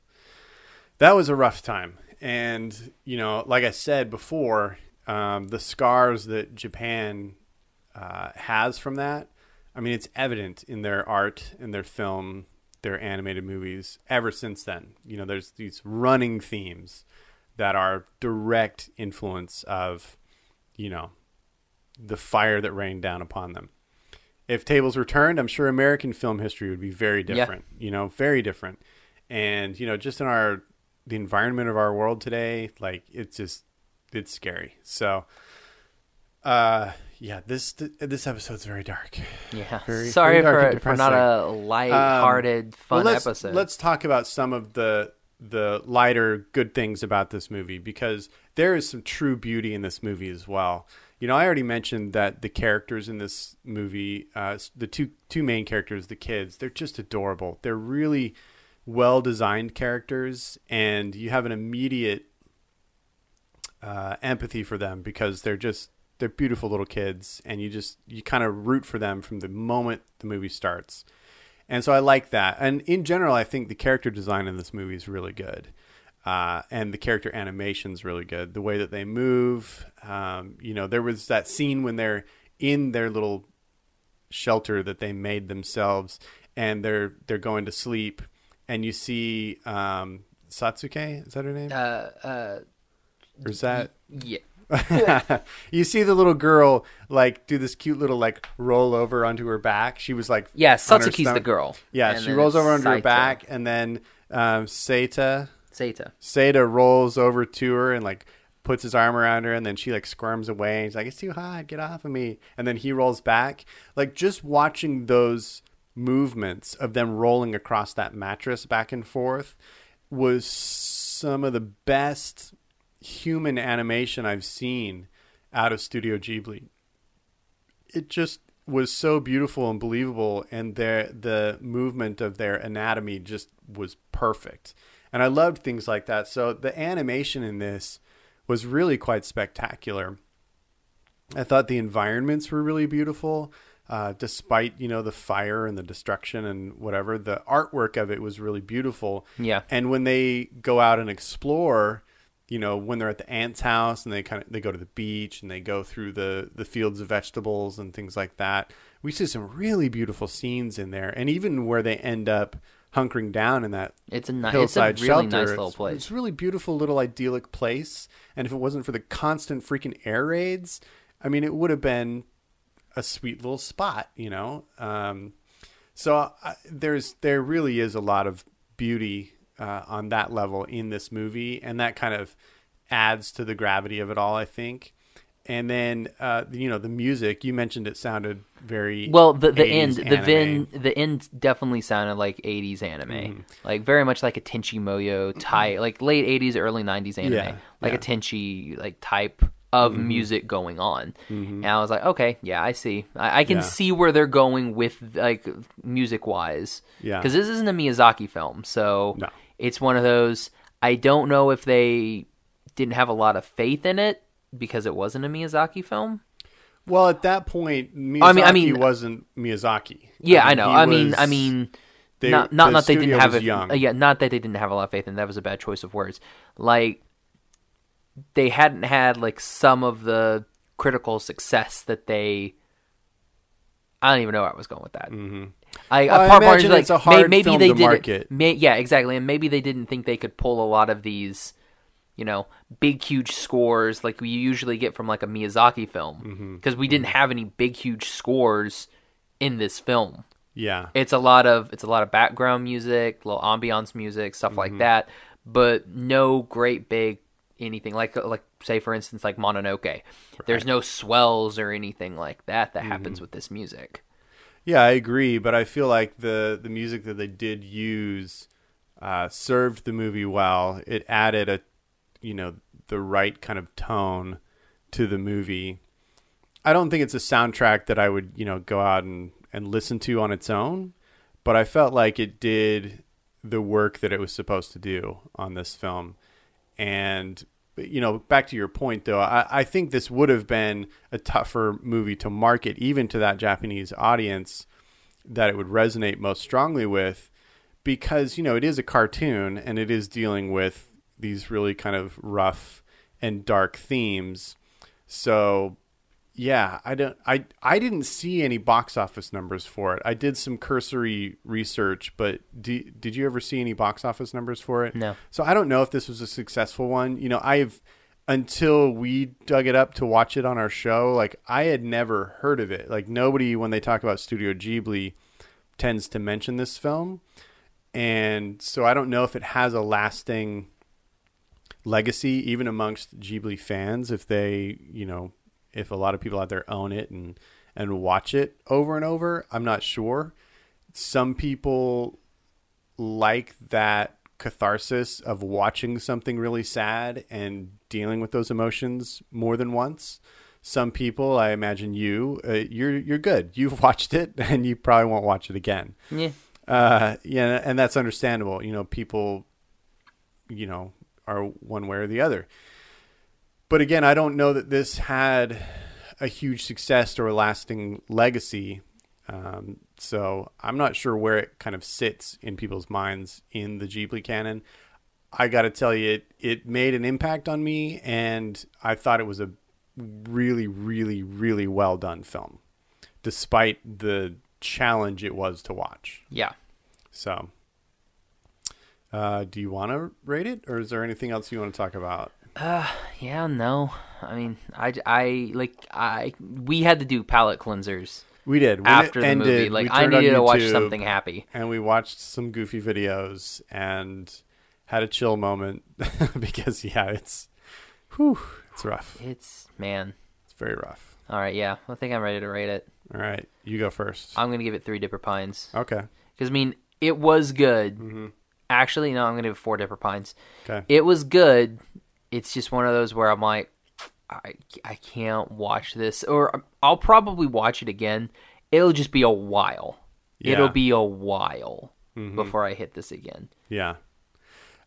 that was a rough time. And, you know, like I said before, um, the scars that Japan uh, has from that, I mean, it's evident in their art, in their film, their animated movies ever since then. You know, there's these running themes that are direct influence of, you know, the fire that rained down upon them. If tables were turned, I'm sure American film history would be very different. You know, very different. And you know, just in our the environment of our world today, like it's just it's scary. So, uh, Yeah, this th- this episode's very dark. Yeah. Very- Sorry very dark and Um, for, for not a light-hearted, Well, fun let's, episode. Let's talk about some of the the lighter good things about this movie because there is some true beauty in this movie as well. You know, I already mentioned that the characters in this movie, uh, s- the two two main characters, the kids, they're just adorable. They're really well designed characters, and you have an immediate uh, empathy for them because they're just they're beautiful little kids, and you just you kind of root for them from the moment the movie starts. And so I like that. And in general, I think the character design in this movie is really good. Uh, and the character animation's really good. The way that they move, um, you know, there was that scene when they're in their little shelter that they made themselves, and they're they're going to sleep, and you see um, Satsuke, is that her name? Uh, uh, or is that yeah. you see the little girl like do this cute little like roll over onto her back. She was like Yeah, on her Satsuki's the stomach. girl. Yeah, And she then rolls it's over onto her Saito. back, and then um, Seta Zeta. Seda rolls over to her and like puts his arm around her, and then she like squirms away. He's like, "It's too hot, get off of me!" And then he rolls back. Like just watching those movements of them rolling across that mattress back and forth was some of the best human animation I've seen out of Studio Ghibli it just was so beautiful and believable and their the movement of their anatomy just was perfect and i loved things like that so the animation in this was really quite spectacular i thought the environments were really beautiful uh, despite you know the fire and the destruction and whatever the artwork of it was really beautiful Yeah. and when they go out and explore you know when they're at the aunt's house and they kind of they go to the beach and they go through the the fields of vegetables and things like that we see some really beautiful scenes in there and even where they end up hunkering down in that It's a ni- it's a hillside really shelter nice little it's- place. it's a really beautiful little idyllic place and if it wasn't for the constant freaking air raids i mean it would have been a sweet little spot you know um so I, there's there really is a lot of beauty uh, on that level in this movie, and that kind of adds to the gravity of it all, I think. And then uh, you know the music you mentioned it sounded very Well, the the end, 80s the anime. Vin, the end definitely sounded like '80s anime, Mm-hmm. like very much like a Tenchi Muyo type, like late '80s, early '90s anime, Yeah, like yeah. Mm-hmm. a Tenchi like type of music going on. And I was like, okay, yeah, I see, I, I can Yeah. see where they're going with like music wise, Yeah. because this isn't a Miyazaki film, so No. it's one of those. I don't know if they didn't have a lot of faith in it because it wasn't a Miyazaki film. Well, at that point, Miyazaki I mean- I mean- wasn't Miyazaki. Yeah, I, mean, know. he I mean, was- I mean, they- not not the not they studio didn't have was it. young. uh, Yeah, not that they didn't have a lot of faith, and that was a bad choice of words. Like they hadn't had like some of the critical success that they. I don't even know where I was going with that. Mm-hmm. I, Well, I a part of imagine like, it's a may- hard maybe film they to did it- market. may- yeah, exactly, and maybe they didn't think they could pull a lot of these, you know, big huge scores like we usually get from like a Miyazaki Mm-hmm. film because we didn't have any big huge scores in this film yeah, it's a lot of it's a lot of background music, little ambiance music, stuff Mm-hmm. like that, but no great big anything like uh, like say for instance like Mononoke. There's no swells or anything like that Mm-hmm. that happens with this music. Yeah, I agree, but I feel like the the music that they did use uh, served the movie well. It added a, you know, the right kind of tone to the movie. I don't think it's a soundtrack that I would you know go out and and listen to on its own, but I felt like it did the work that it was supposed to do on this film. And you know, back to your point though, I, I think this would have been a tougher movie to market even to that Japanese audience that it would resonate most strongly with because you know it is a cartoon and it is dealing with these really kind of rough and dark themes so yeah i don't i i didn't see any box office numbers for it i did some cursory research but do, did you ever see any box office numbers for it No. so i don't know if this was a successful one you know i've until we dug it up to watch it on our show like i had never heard of it like nobody when they talk about studio ghibli tends to mention this film and so I don't know if it has a lasting legacy even amongst Ghibli fans if they, you know, if a lot of people out there own it and and watch it over and over. I'm not sure. Some people like that catharsis of watching something really sad and dealing with those emotions more than once. Some people, I imagine you, uh, you're you're good. You've watched it, and you probably won't watch it again. Yeah. Uh, yeah, and that's understandable. You know, people, you know, are one way or the other. But again, I don't know that this had a huge success or a lasting legacy. Um, so I'm not sure where it kind of sits in people's minds in the Ghibli canon. I got to tell you, it, it made an impact on me, and I thought it was a really, really, really well done film, despite the challenge it was to watch. Yeah. So, uh, do you want to rate it, or is there anything else you want to talk about? Yeah, no. I mean, I, I like I we had to do palate cleansers We did when it after the ended, movie. we Like I turned on needed to watch YouTube, something happy. and we watched some goofy videos and had a chill moment because yeah, it's whew, it's rough. It's man. It's very rough. All right, yeah. I think I'm ready to rate it. All right, you go first. I'm gonna give it three Dipper Pines okay. because I mean it was good. Actually, no, I'm gonna give it four Dipper Pines. Mm-hmm. Okay. It was good. It's just one of those where I'm like, I I can't watch this, or um, I'll probably watch it again. It'll just be a while. Yeah. Mm-hmm. It'll be a while before I hit this again. yeah.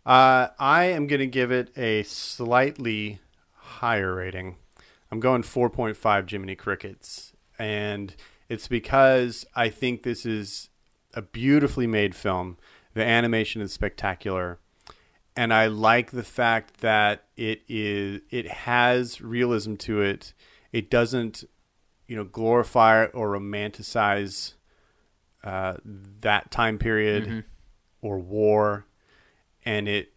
Uh, I am going to give it a slightly higher rating. I'm going 4.5 Jiminy Crickets. And it's because I think this is a beautifully made film. The animation is spectacular. And I like the fact that it is it has realism to it. It doesn't, you know, glorify or romanticize uh, that time period Mm-hmm. or war and it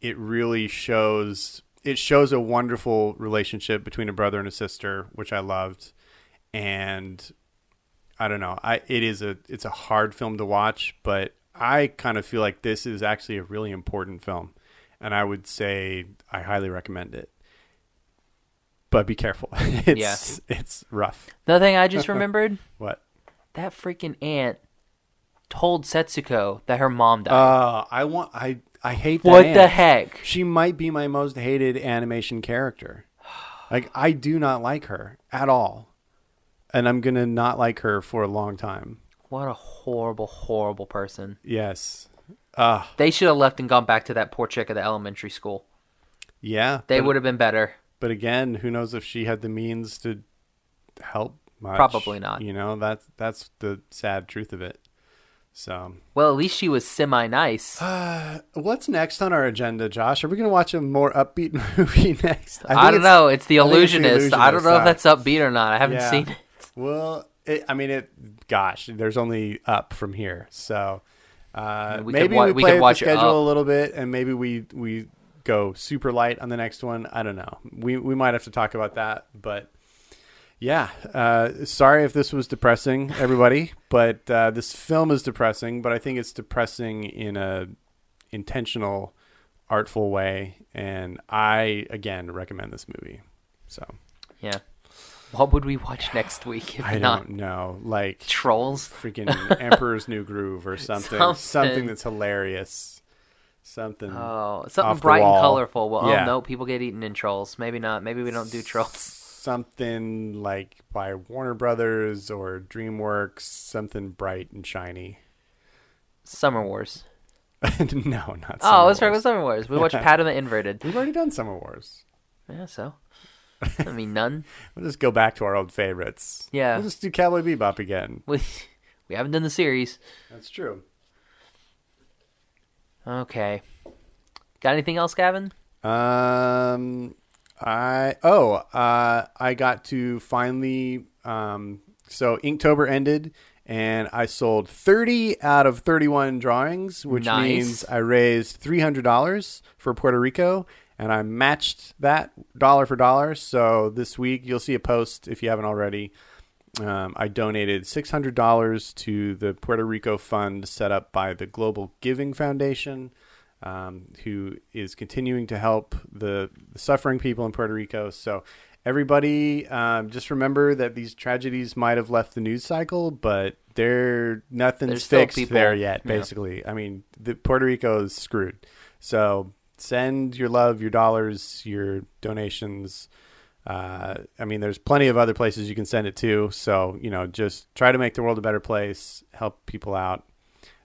it really shows it shows a wonderful relationship between a brother and a sister which i loved and i don't know i it is a it's a hard film to watch but i kind of feel like this is actually a really important film and i would say i highly recommend it but be careful it's it's rough Another thing I just remembered what that freaking aunt told Setsuko that her mom died. uh i want i i hate that what the aunt. heck? She might be my most hated animation character. Like I do not like her at all. And I'm going to not like her for a long time. What a horrible, horrible person. Yes. Ah, They should have left and gone back to that poor chick at the elementary school. Yeah. They but, would have been better. but again, who knows if she had the means to help much. Probably not. You know, that's that's the sad truth of it. So, Well, at least she was semi nice. I, what's next on our agenda, Josh? Are we going to watch a more upbeat movie next? I, think don't it's- know. It's the I think it's The illusionist. I don't know Illusionist, if that's upbeat or not. I haven't Yeah. seen it. Well, it, I mean, it. Gosh, there's only up from here, so uh, We could maybe wa- we we play could with watch the it schedule up. a little bit, and maybe we we go super light on the next one. I don't know. We we might have to talk about that, but yeah. Uh, sorry if this was depressing, everybody, but uh, this film is depressing. But I think it's depressing in a intentional, artful way, and I again recommend this movie. So Yeah. What would we watch next week if I not don't know, like. trolls? freaking Emperor's New Groove or something, something, Something. that's hilarious, something. Oh, off something the bright and wall. colorful. Well, Yeah. oh no, people get eaten in trolls. Maybe not. Maybe we don't do trolls. something like by Warner Brothers or DreamWorks, something bright and shiny. Summer Wars. no, oh, not. Summer let's talk Wars. about Summer Wars. We watched Pat and the Inverted. We've already done Summer Wars. Yeah, so. I mean, none. We'll just go back to our old favorites. Yeah. we'll just do Cowboy Bebop again. We we haven't done the series. That's true. Okay. Got anything else, Gavin? Um, I oh, uh, I got to finally. Um, so Inktober ended, and I sold thirty out of thirty-one drawings, which Nice. means I raised three hundred dollars for Puerto Rico, and I matched that dollar for dollar. So this week you'll see a post if you haven't already. Um, I donated six hundred dollars to the Puerto Rico fund set up by the Global Giving Foundation, um, who is continuing to help the, the suffering people in Puerto Rico. So everybody, um, just remember that these tragedies might have left the news cycle, but they're nothing's There's still fixed people- there yet. yeah. Basically, I mean, the Puerto Rico is screwed. So send your love, your dollars, your donations. Uh, I mean, there's plenty of other places you can send it to. So you know, just try to make the world a better place. Help people out.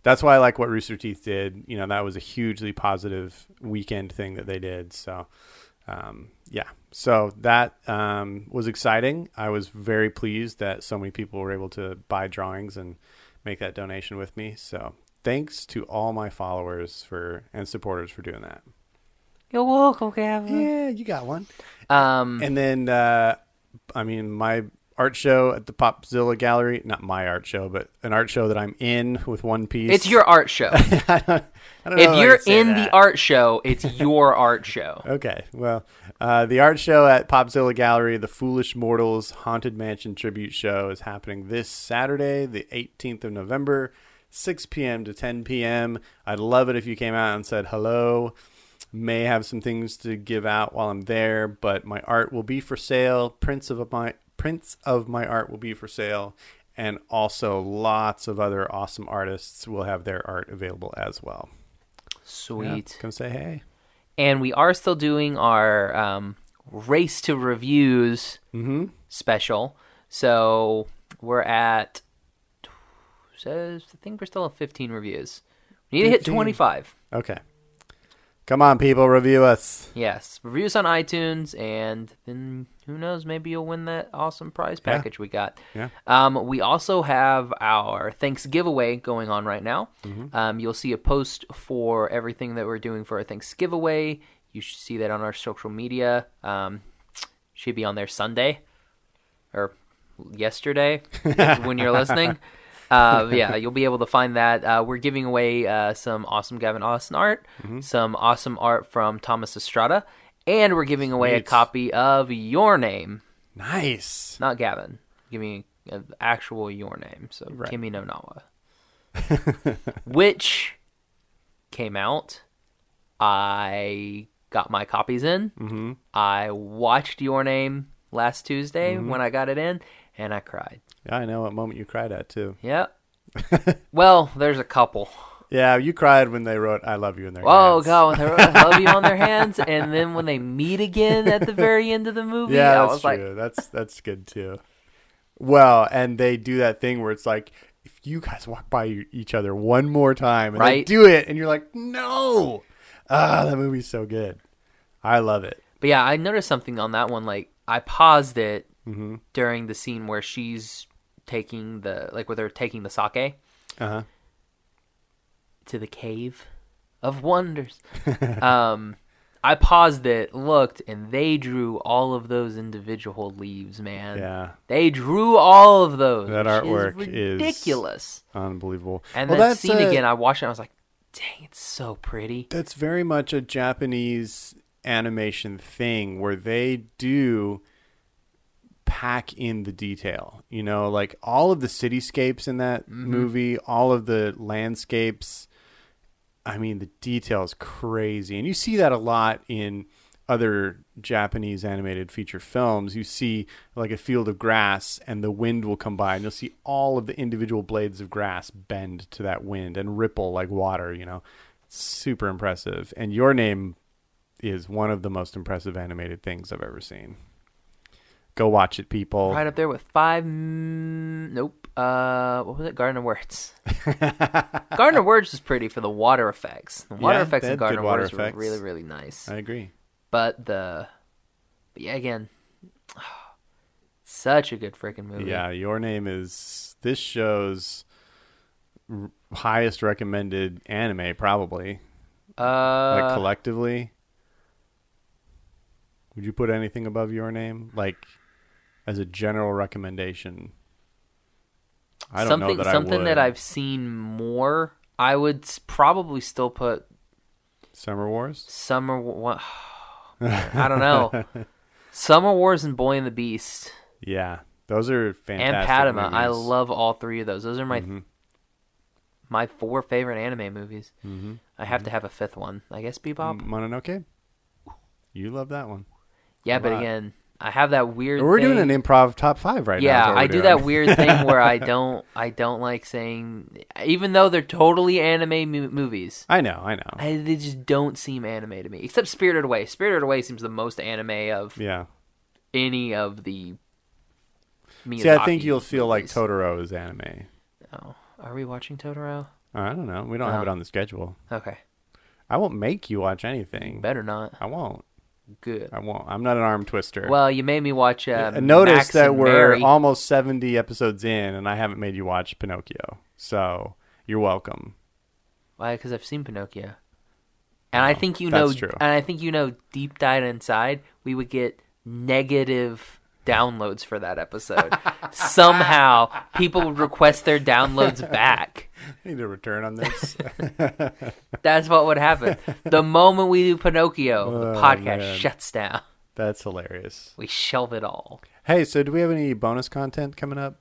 That's why I like what Rooster Teeth did. You know, that was a hugely positive weekend thing that they did. So, um, yeah. So that um, was exciting. I was very pleased that so many people were able to buy drawings and make that donation with me. So thanks to all my followers for and supporters for doing that. You're welcome, Gavin. Yeah, you got one. Um, And then, uh, I mean, my art show at the Popzilla Gallery, not my art show, but an art show that I'm in with One Piece. it's your art show. Oh, I don't know if how you're to say in that. the art show, it's your art show. Okay, well, uh, the art show at Popzilla Gallery, the Foolish Mortals Haunted Mansion tribute show, is happening this Saturday, the 18th of November, 6 p.m. to 10 p.m. I'd love it if you came out and said hello. May have some things to give out while I'm there, but my art will be for sale. Prints of my prints of my art will be for sale, and also lots of other awesome artists will have their art available as well. Yeah, Sweet. come say hey. And we are still doing our um, race to reviews Mm-hmm. special. So we're at says I think we're still at 15 reviews. We need to hit 15. 25. Okay. Come on, people, review us. Yes, reviews on iTunes, and then who knows? Maybe you'll win that awesome prize Yeah. package we got. Yeah. Um, we also have our Thanks giveaway going on right now. Um, you'll see a post for everything that we're doing for our Thanks giveaway. You should see that on our social media. Um, should be on there Sunday or yesterday when you're listening. Uh, yeah, you'll be able to find that. Uh, we're giving away uh, some awesome Gavin Austin art, some awesome art from Thomas Estrada, and we're giving away a Sweet. copy of Your Name, Nice. not Gavin. Giving an actual Your Name, so Kimi no Nawa, which came out. I got my copies in. Mm-hmm. I watched Your Name last Tuesday Mm-hmm. when I got it in, and I cried. Yeah, I know what moment you cried at too. Yep. well, there's a couple. Yeah, you cried when they wrote "I love you" in their. Oh hands. god, when they wrote "I love you" on their hands, and then when they meet again at the very end of the movie, I Yeah, that's was true. like, That's that's good too. Well, and they do that thing where it's like, if you guys walk by you- each other one more time, and they Right. do it, and you're like, no, ah, that movie's so good. I love it. but yeah, I noticed something on that one. Like, I paused it Mm-hmm. during the scene where she's taking the like where they're taking the sake Uh huh. to the cave of wonders. um, I paused it, looked, and they drew all of those individual leaves, man. Yeah. They drew all of those. That which artwork is is- ridiculous. Unbelievable. And well, that that's scene a- again, I watched it. and I was like, "Dang, it's so pretty." that's very much a Japanese animation thing where they do pack in the detail. You know, like all of the cityscapes in that movie, all of the landscapes. I mean, the detail is crazy. And you see that a lot in other Japanese animated feature films. You see like a field of grass and the wind will come by and you'll see all of the individual blades of grass bend to that wind and ripple like water, you know. Super impressive. And your name is one of the most impressive animated things I've ever seen. Go watch it, people. Right up there with five. mm, Nope. Uh, what was it? Garden of Words. Garden of Words was pretty for the water effects. The water Yeah, effects they in had Garden good of water Words effects. were really, really nice. I agree. But the, but yeah, again, such a good freaking movie. Yeah, your name is this show's r- highest recommended anime, probably. Uh, like collectively. Would you put anything above your name, like as a general recommendation? I don't something, know that something I would. that I've seen more. I would s- probably still put Summer Wars. Summer. Wa- I don't know. Summer Wars and Boy and the Beast Yeah, those are fantastic. and Padma. I movies. Mm-hmm. love all three of those. Those are my my four favorite anime movies. Mm-hmm. I have to have a Mm, fifth one. I guess Bebop. Mononoke. You love that one. yeah, but lot. again, I have that weird. We're thing- doing an improv top five right now. is yeah, what we're I do doing. that weird thing where I don't, I don't like saying, even though they're totally anime m- movies, I know, I know. I, they just don't seem anime to me. Except Spirited Away. Spirited Away seems the most anime of Yeah. any of the. Miyazaki See, I think you'll feel like movies. Totoro is anime. Uh, Oh, are we watching Totoro? I don't know. We don't Uh-huh. have it on the schedule. Okay, I won't make you watch anything. better not. I won't. Good. I won't. I'm not an arm twister. Well, you made me watch. Uh, I notice Max that and we're Mary. almost 70 episodes in, and I haven't made you watch Pinocchio. So you're welcome. Why? Because I've seen Pinocchio, and I think you that's know. true. And I think you know deep down inside we would get negative downloads for that episode. Somehow people would request their downloads back. I need a return on this. That's what would happen. The moment we do Pinocchio, the Oh, podcast man. shuts down. That's hilarious. We shelve it all. Hey, so do we have any bonus content coming up?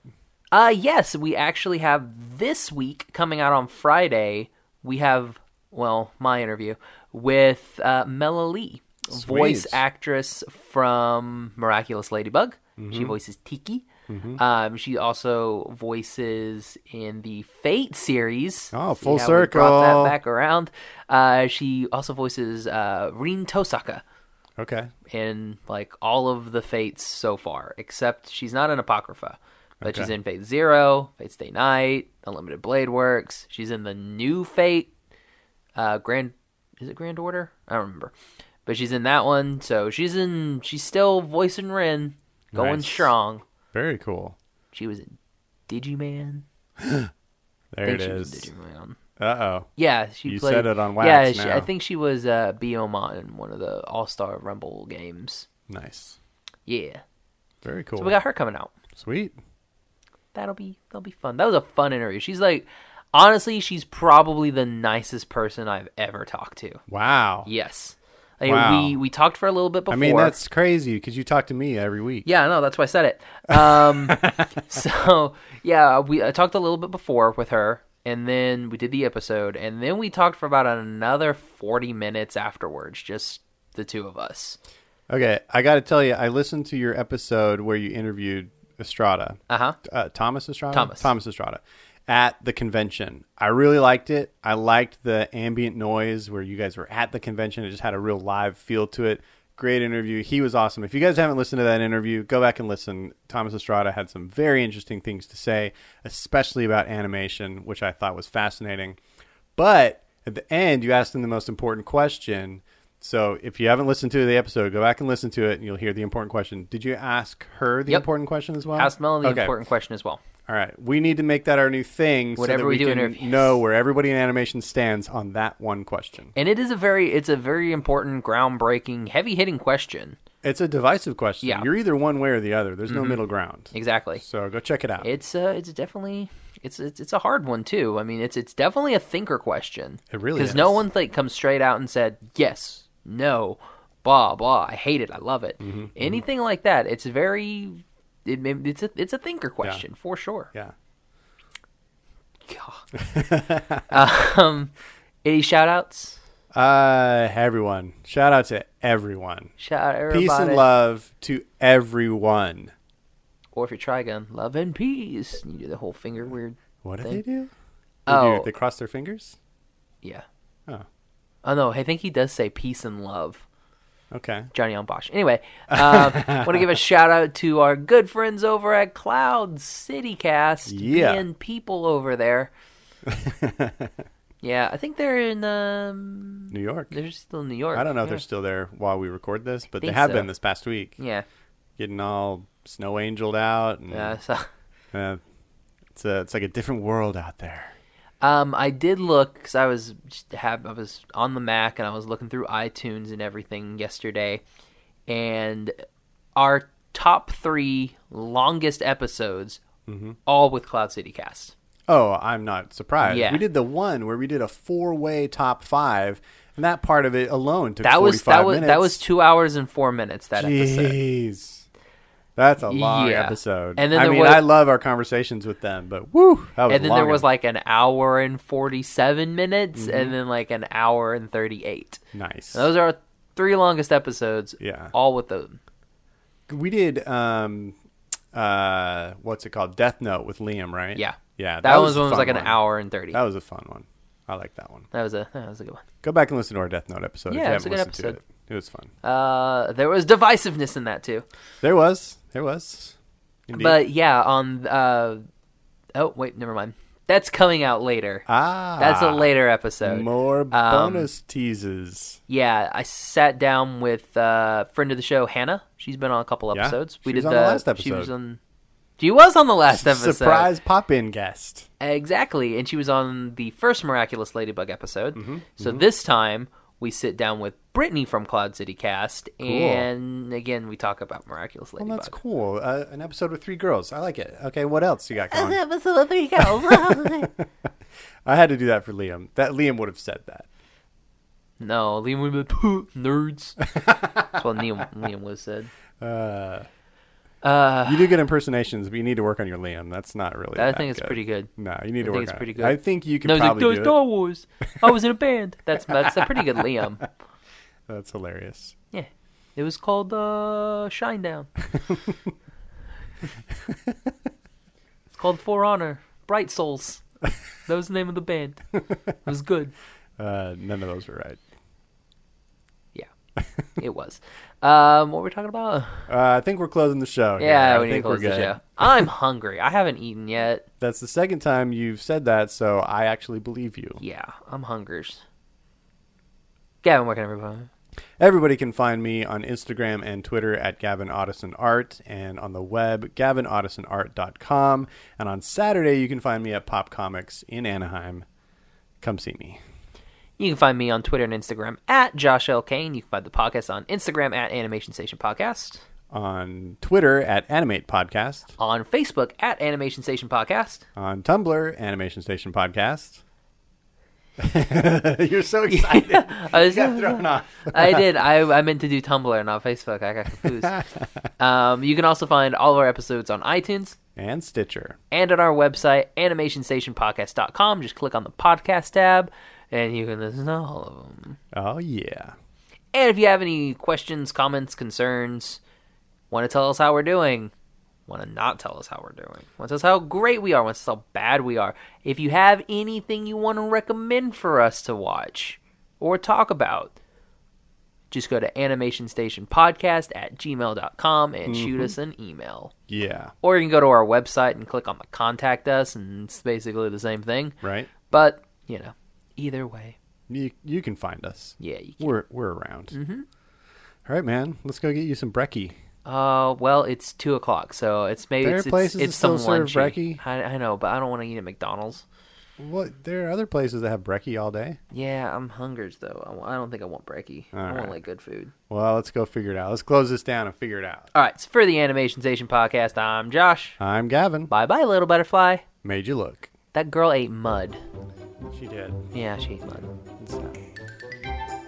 Uh yes, we actually have this week coming out on Friday. We have well, my interview with uh, Mela Lee, voice Sweet. actress from Miraculous Ladybug. Mm-hmm. She voices Tiki. Um, she also voices in the Fate series. Oh, See full how we Brought circle. that back around. Uh, she also voices uh, Rin Tosaka Okay. in like all of the fates so far, except she's not an apocrypha, but Okay. she's in Fate Zero, Fate's Day Night, Unlimited Blade Works. She's in the new Fate, uh, Grand is it Grand Order? I don't remember, but she's in that one. So she's in. She's still voicing Rin, going Nice. strong. Very cool. She was in Digiman. I There think it she was in is. Digiman. Uh oh. Yeah, she You played. said it on yeah, wax she, now. I think she was uh, Biomon in one of the All Star Rumble games. Nice. Yeah, Very cool. so we got her coming out. Sweet. that'll be that'll be fun. That was a fun interview. She's like honestly, she's probably the nicest person I've ever talked to. Wow. Yes. Like, Wow. we we talked for a little bit before. I mean, that's crazy because you talk to me every week. yeah, no, that's why I said it. Um, so yeah, we I talked a little bit before with her, and then we did the episode, and then we talked for about another forty minutes afterwards, just the two of us. Okay, I got to tell you, I listened to your episode where you interviewed Estrada, Uh huh. uh, Thomas Estrada, Thomas. Estrada, at the convention. I really liked it. I liked the ambient noise where you guys were at the convention. It just had a real live feel to it. Great interview. He was awesome. If you guys haven't listened to that interview, go back and listen. Thomas Estrada had some very interesting things to say, especially about animation, which I thought was fascinating. But at the end, you asked him the most important question. So if you haven't listened to the episode, go back and listen to it, and you'll hear the important question. Did you ask her the Yep. important question as well? Asked Melanie the Okay. important question as well. All right, we need to make that our new thing. Whenever so that we we, do can interviews. know where everybody in animation stands on that one question. And it is a very it's a very important, groundbreaking, heavy hitting question. It's a divisive question. Yeah. Mm-hmm. You're either one way or the other. There's no middle ground. Exactly. So go check it out. It, It's uh, it's definitely it's, it's it's a hard one too. I mean, it's it's definitely a thinker question. really because is. no one like comes straight out and said yes, no, blah blah. I hate it. I love it. Mm-hmm, Anything like that. It's very it, it- it's a it's a thinker question for sure. Yeah. God. um, any shout outs? Uh, everyone. Shout out to everyone. Shout out everybody. Peace and love to everyone. Or if you're Trigun, love and peace. You do the whole finger weird. What do Thank- they do? They, Oh. do, they cross their fingers. Yeah. Oh. Oh no, I think he does say peace and love. Okay. Johnny on Bosch. Anyway, um, want to give a shout out to our good friends over at Cloud City Cast. Yeah. being people over there. yeah, I think they're in. Um, New York. they're still in New York. I don't know if yeah. they're still there while we record this, but they think have so. been this past week. Yeah, Getting all snow angeled out. And, yeah. So, uh, it's a, it's like a different world out there. um, I did look because I was just have I was on the Mac and I was looking through iTunes and everything yesterday, and our top three longest episodes, Mm-hmm. all with Cloud City Cast. Oh, I'm not surprised. Yeah. We did the one where we did a four way top five, and that part of it alone took That was 45 that was minutes. that was two hours and four minutes that episode. Jeez. That's a long Yeah. episode. And then I there mean, was- I love our conversations with them, but woo, that was And then there long. was like an hour and forty seven minutes, Mm-hmm. and then like an hour and thirty eight. nice. Those are our three longest episodes. Yeah. all with the we did um uh what's it called? Death Note with Liam, right? Yeah. Yeah. That, one's was a one was fun like an one. hour and thirty. That was a fun one. I like that one. That was a that was a good one. Go back and listen to our Death Note episode. if Yeah, you it was haven't a good listened to episode. It. it was fun. Uh, there was divisiveness in that too. There was. There was. Indeed. But yeah, on uh, oh wait, never mind. That's coming out later. ah, That's a later episode. More Um, bonus teases. Yeah, I sat down with uh, friend of the show Hannah. She's been on a couple Yeah, episodes. she was on the last She was episode. on. She was on the last episode. Surprise pop-in guest. Exactly, and she was on the first miraculous ladybug episode. Mm-hmm, So this time we sit down with Brittany from Cloud City Cast, and again we talk about miraculous ladybug. Well, that's cool. Uh, an episode with three girls. I like it. Okay, what else you got going? episode of three girls. I had to do that for Liam. That Liam would have said that. no, Liam would be like, "Pooh, nerds. that's what Liam, Liam was said. You do good impersonations, but you need to work on your Liam. That's not really. I that think it's good. pretty good. No, you need to I think work it's on pretty it. good. I think you could No, he's like, probably "Those do it. Star Wars. I was in a band. That's that's a pretty good Liam. That's hilarious. Yeah, it was called uh, Shine Down. it's called For Honor, Bright Souls. That was the name of the band. It was good. Uh, none of those were right. Yeah, it was. Um, what were we talking about? Uh, I think we're closing the show. here. Yeah, I we need to think we're close the good. show. I'm hungry. I haven't eaten yet. That's the second time you've said that, so I actually believe you. Yeah, I'm hungers. Gavin, where can everybody? Everybody can find me on Instagram and Twitter at Gavin Audison Art and on the web, gavinaudisonart.com. And on Saturday, you can find me at Pop Comics in Anaheim. Come see me. You can find me on Twitter and Instagram at Josh L. Kane. You can find the podcast on Instagram at Animation Station Podcast, On Twitter at Animate Podcast. on Facebook at Animation Station Podcast. On Tumblr, Animation Station Podcast. You're so excited. I was- Thrown off. Oh, I did. I, I meant to do Tumblr, not Facebook. I got confused. um, you can also find all of our episodes on iTunes And Stitcher. and on our website, animationstationpodcast.com. Just click on the podcast tab, and you can listen to all of them. Oh, yeah. And if you have any questions, comments, concerns, want to tell us how we're doing, want to not tell us how we're doing, want to tell us how great we are, want to tell us how bad we are, if you have anything you want to recommend for us to watch or talk about, just go to animationstationpodcast at gmail.com and shoot us an email. Yeah. Or you can go to our website and click on the contact us, and it's basically the same thing. Right? But, you know, either way, You, you can find us. yeah, you can. We're, we're around. Mm-hmm. All right, man. Let's go get you some brekkie. Uh, well, it's two o'clock, so it's maybe There are it's, it's, places that it's still some serve lunchy. brekkie. I, I know, but I don't want to eat at McDonald's. What? There are other places that have brekkie all day. Yeah, I'm hungered though. I w- I don't think I want brekkie. I want right. like good food. Well, let's go figure it out. Let's close this down and figure it out. All right, so for the Animation Station podcast, I'm Josh. I'm Gavin. Bye bye, little butterfly. Made you look. That girl ate mud. She did. Yeah, she ate mud.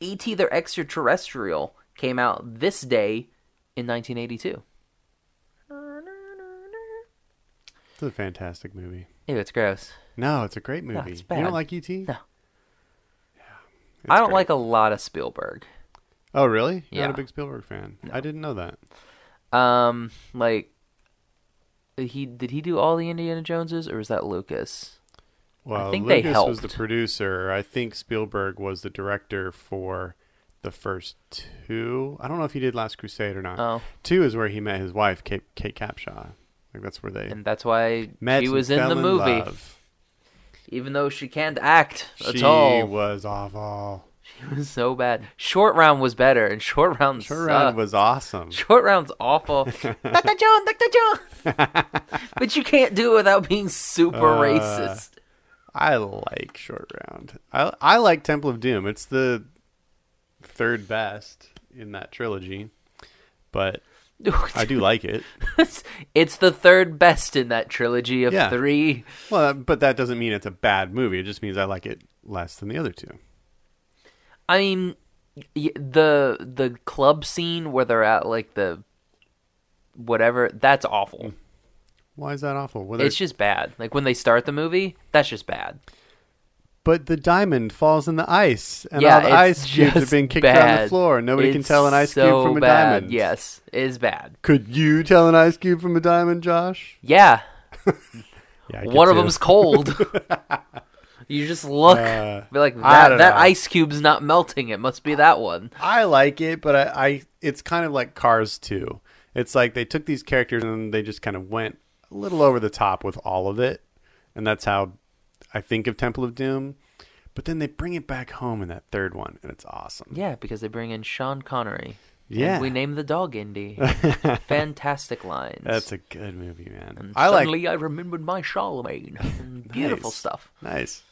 E.T. the E Extraterrestrial came out this day in 1982. It's a fantastic movie. Ew, it's gross. No, it's a great movie. it's You bad. don't like E ET? No. I don't like a lot of Spielberg. Oh, really? You're Yeah. Not a big Spielberg fan. I didn't know that. Um, like he did he do all the Indiana Joneses or was that Lucas? Well, think they Lucas was the helped. producer. I think Spielberg was the director for the first two. I don't know if he did Last Crusade or not. Oh. Two is where he met his wife, Kate, Kate Capshaw. Like that's where they And that's why met. she and was in fell the movie, love. even though she can't act at she all. was awful. It was so bad. Short round was better, and short round Her round sucked. was awesome. Short round's awful. Dr. Uh, Joan, Dr. Joan. but you can't do it without being super racist. I like Short Round. I I like Temple of Doom. It's the third best in that trilogy, but I do like it. it's the third best in that trilogy of Yeah. three. Well, but that doesn't mean it's a bad movie. It just means I like it less than the other two. I mean, y- the the club scene where they're at like the whatever that's Mm. awful. Why is that awful? Well, It's just bad. Like when they start the movie, that's just bad. But the diamond falls in the ice, and yeah, all the it's ice cubes just are being kicked bad. around the floor. Nobody can It's tell an ice so cube from a bad. diamond. Yes, it's bad. Could you tell an ice cube from a diamond, Josh? Yeah, Yeah, I one of could too. them's cold. you just look, Uh, be like I that. don't That know. ice cube's not melting. It must be that one. I like it, but I, I it's kind of like Cars 2. It's like they took these characters and they just kind of went a little over the top with all of it. And that's how I think of Temple of Doom. But then they bring it back home in that third one, and it's awesome. Yeah, because they bring in Sean Connery. And Yeah. we name the dog Indy. Fantastic lines. That's a good movie, man. And I like suddenly I remembered my Charlemagne. And Beautiful Nice. stuff. Nice.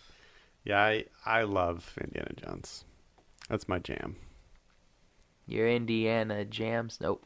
Yeah, I, I love Indiana Jones. That's my jam. Your Indiana jams. Nope.